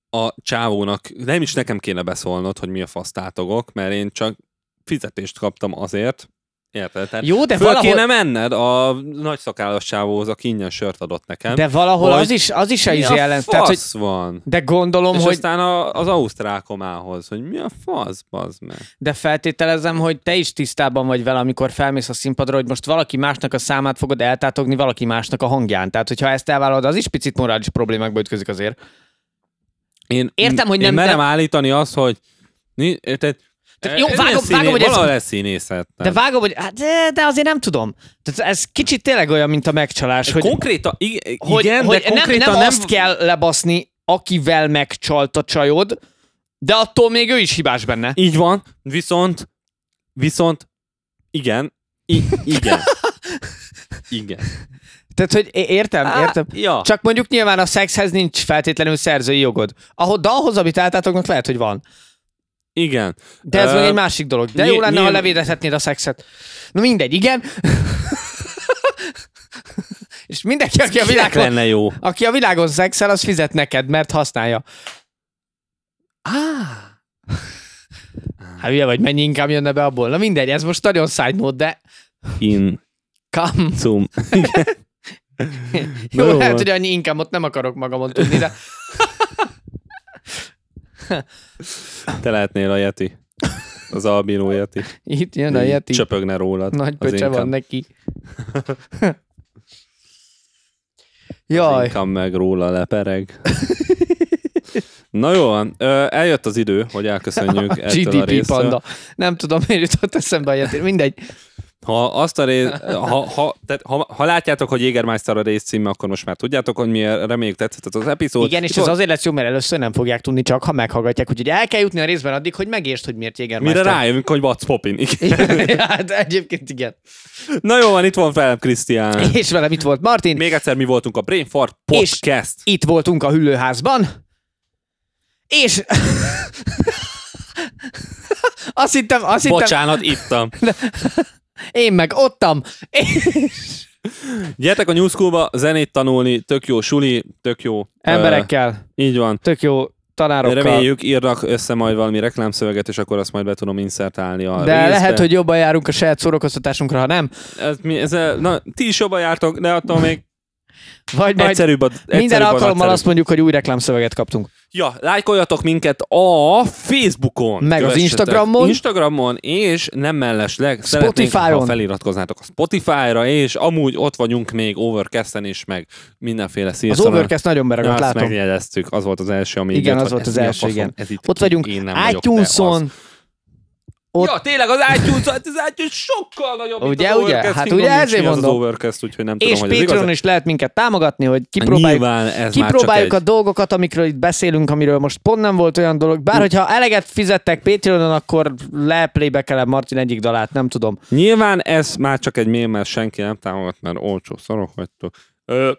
A: a csávónak, nem is nekem kéne beszólnod, hogy mi a fasz tátogok, mert én csak fizetést kaptam azért, érted? Tehát
B: Jó, de
A: föl
B: valahol,
A: kéne menned a nagy szakállas csávóhoz, aki ingyen sört adott nekem.
B: de valahol
A: hogy-
B: az is, az is a
A: mi
B: izé
A: a
B: ellen.
A: fasz
B: Tehát, hogy,
A: van?
B: de gondolom,
A: És
B: hogy,
A: aztán a, az ausztrákomához, hogy mi a fasz, bazd meg.
B: de feltételezem, hogy te is tisztában vagy vele, amikor felmész a színpadra, hogy most valaki másnak a számát fogod eltátogni valaki másnak a hangján. Tehát, hogyha ezt elvállalod, az is picit morális problémákba ütközik azért.
A: Én,
B: Értem, hogy nem-
A: Én merem
B: nem-
A: állítani azt, hogy... ni- Érted?
B: Tehát jó,
A: Ez
B: vágom-
A: ilyen színé-
B: vágom, hogy ez-
A: Valahol ez színészet.
B: De vágom, hogy hát, de, de azért nem tudom. Tehát ez kicsit tényleg olyan, mint a megcsalás, hogy,
A: konkrétan, ig-
B: hogy,
A: igen,
B: hogy
A: de konkrétan
B: nem, nem, nem azt kell lebaszni, akivel megcsalt a csajod, de attól még ő is hibás benne.
A: Így van, viszont, viszont, igen, I-
B: (laughs)
A: igen. igen.
B: Tehát, hogy é- értem, értem.
A: Ja.
B: Csak mondjuk nyilván a szexhez nincs feltétlenül szerzői jogod. Ahhoz, de ahhoz, amit álltátoknak lehet, hogy van.
A: Igen.
B: De ez
A: Ö,
B: meg egy másik dolog. De
A: nyil-
B: jó lenne, ha
A: nyilv-
B: levédezhetnéd a szexet. Na mindegy, igen. És mindenki, aki a,
A: Kinek
B: világon,
A: lenne jó?
B: aki a világon szexel, az fizet neked, mert használja.
A: Ah.
B: Hát hülye vagy, mennyi inkább jönne be abból. Na mindegy, ez most nagyon side note, de
A: In
B: come. (laughs)
A: cum. Na
B: Jó,
A: jó hát,
B: lehet,
A: van.
B: hogy annyi inkább nem akarok magamon tudni, de
A: Te lehetnél a Yeti. Az albinó Yeti.
B: itt jön a Yeti.
A: Csöpögne rólad.
B: Nagy
A: az
B: pöcse van
A: inkább-
B: neki. Jaj,
A: Inkább meg róla lepereg. (laughs) Na jó, van. Ö, eljött az idő, hogy
B: (laughs)
A: elköszönjük ettől a
B: GDP
A: résztől.
B: panda. Nem tudom, miért jutott eszembe a jetér. Mindegy.
A: Ha azt a rész, ha, ha, tehát, ha, ha látjátok, hogy Jägermeister a rész címe, akkor most már tudjátok, hogy miért reméljük tetszett az epizód.
B: Igen, és
A: Volt-
B: ez azért lesz jó, mert először nem fogják tudni, csak ha meghallgatják. Úgyhogy el kell jutni a részben addig, hogy megértsd, hogy miért
A: Mire
B: Jägermeister.
A: rájövünk, hogy what's poppin. Igen.
B: (laughs) hát egyébként igen.
A: (laughs) Na jó, van, itt van velem Krisztián.
B: És velem itt volt Martin.
A: Még egyszer mi voltunk a Brain Fart
B: És-
A: Podcast.
B: Itt voltunk a hüllőházban. És... (laughs) azt hittem, azt hittem,
A: Bocsánat, ittam.
B: én meg
A: (laughs)
B: ottam.
A: Gyertek a New School-ba zenét tanulni, tök jó suli, tök jó.
B: Emberekkel,
A: Ö, így van.
B: tök jó tanárokkal.
A: Reméljük, írnak össze majd valami reklámszöveget, és akkor azt majd be tudom inszertálni a
B: De
A: részbe.
B: lehet, hogy jobban járunk a saját szórakoztatásunkra, ha nem.
A: Ez, mi, ez, na, ti is jobban jártok, de attól még
B: Vagy majd
A: egyszerűbb a egyszerűbb a
B: minden alkalommal
A: nagyszerűbb.
B: azt mondjuk, hogy új reklámszöveget kaptunk.
A: Ja, lájkoljatok minket a Facebookon.
B: Meg az
A: Kövessetek
B: Instagramon.
A: Instagramon, és nem mellesleg szeretnénk,
B: Spotify-on.
A: ha feliratkoznátok a Spotify-ra, és amúgy ott vagyunk még Overcast-en is, meg mindenféle
B: Az
A: szírszalon.
B: Overcast nagyon
A: Ja,
B: beragadt,
A: azt
B: látom.
A: megjegyeztük, az volt az első, ami így
B: Igen,
A: jött,
B: az
A: hogy ez
B: volt az
A: mi a
B: első,
A: faszom,
B: igen.
A: ez itt
B: Ott
A: ki,
B: vagyunk,
A: én nem vagyok, de
B: iTunes-on,
A: az.
B: ott-
A: Ja, tényleg az iTunes, hát az iTunes sokkal nagyobb, mint
B: Ugye,
A: az
B: ugye?
A: Overcast.
B: Hát
A: fingom
B: ugye
A: nincs
B: ezért
A: mi az az
B: mondom.
A: Overcast, úgyhogy nem
B: és
A: tudom, hogy ez
B: Patreon
A: igaz.
B: is lehet minket támogatni, hogy kipróbáljuk
A: Nyilván ez már csak
B: Kipróbáljuk
A: egy...
B: a dolgokat, amikről itt beszélünk, amiről most pont nem volt olyan dolog. Bár hogyha eleget fizettek Patreonon, akkor leplébe kellem Martin egyik dalát, nem tudom.
A: Nyilván ez már csak egy mém, mert senki nem támogat, mert olcsó szarok vagytok. Ö,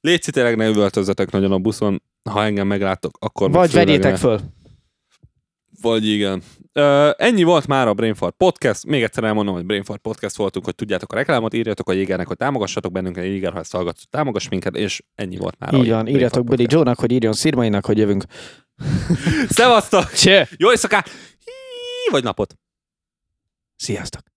A: létszi tényleg ne üvöltözzetek nagyon a buszon, ha engem megláttok, akkor meg
B: Vagy
A: főleg
B: vegyétek
A: ne.
B: föl.
A: Vagy igen. Ö, ennyi volt már a Brainfart Podcast. Még egyszer elmondom, hogy Brainfart Podcast voltunk, hogy tudjátok a reklámot, írjatok a Jégernek, hogy támogassatok bennünket, Jéger, ha ezt hallgatsz, támogass minket, és ennyi volt már. a
B: Így van,
A: Brainfart
B: írjatok Billy
A: Podcast.
B: Joe-nak, hogy írjon Szirmainak, hogy jövünk.
A: Szevasztok!
B: Cső!
A: Jó éjszakát! Hí, Vagy napot!
B: Sziasztok!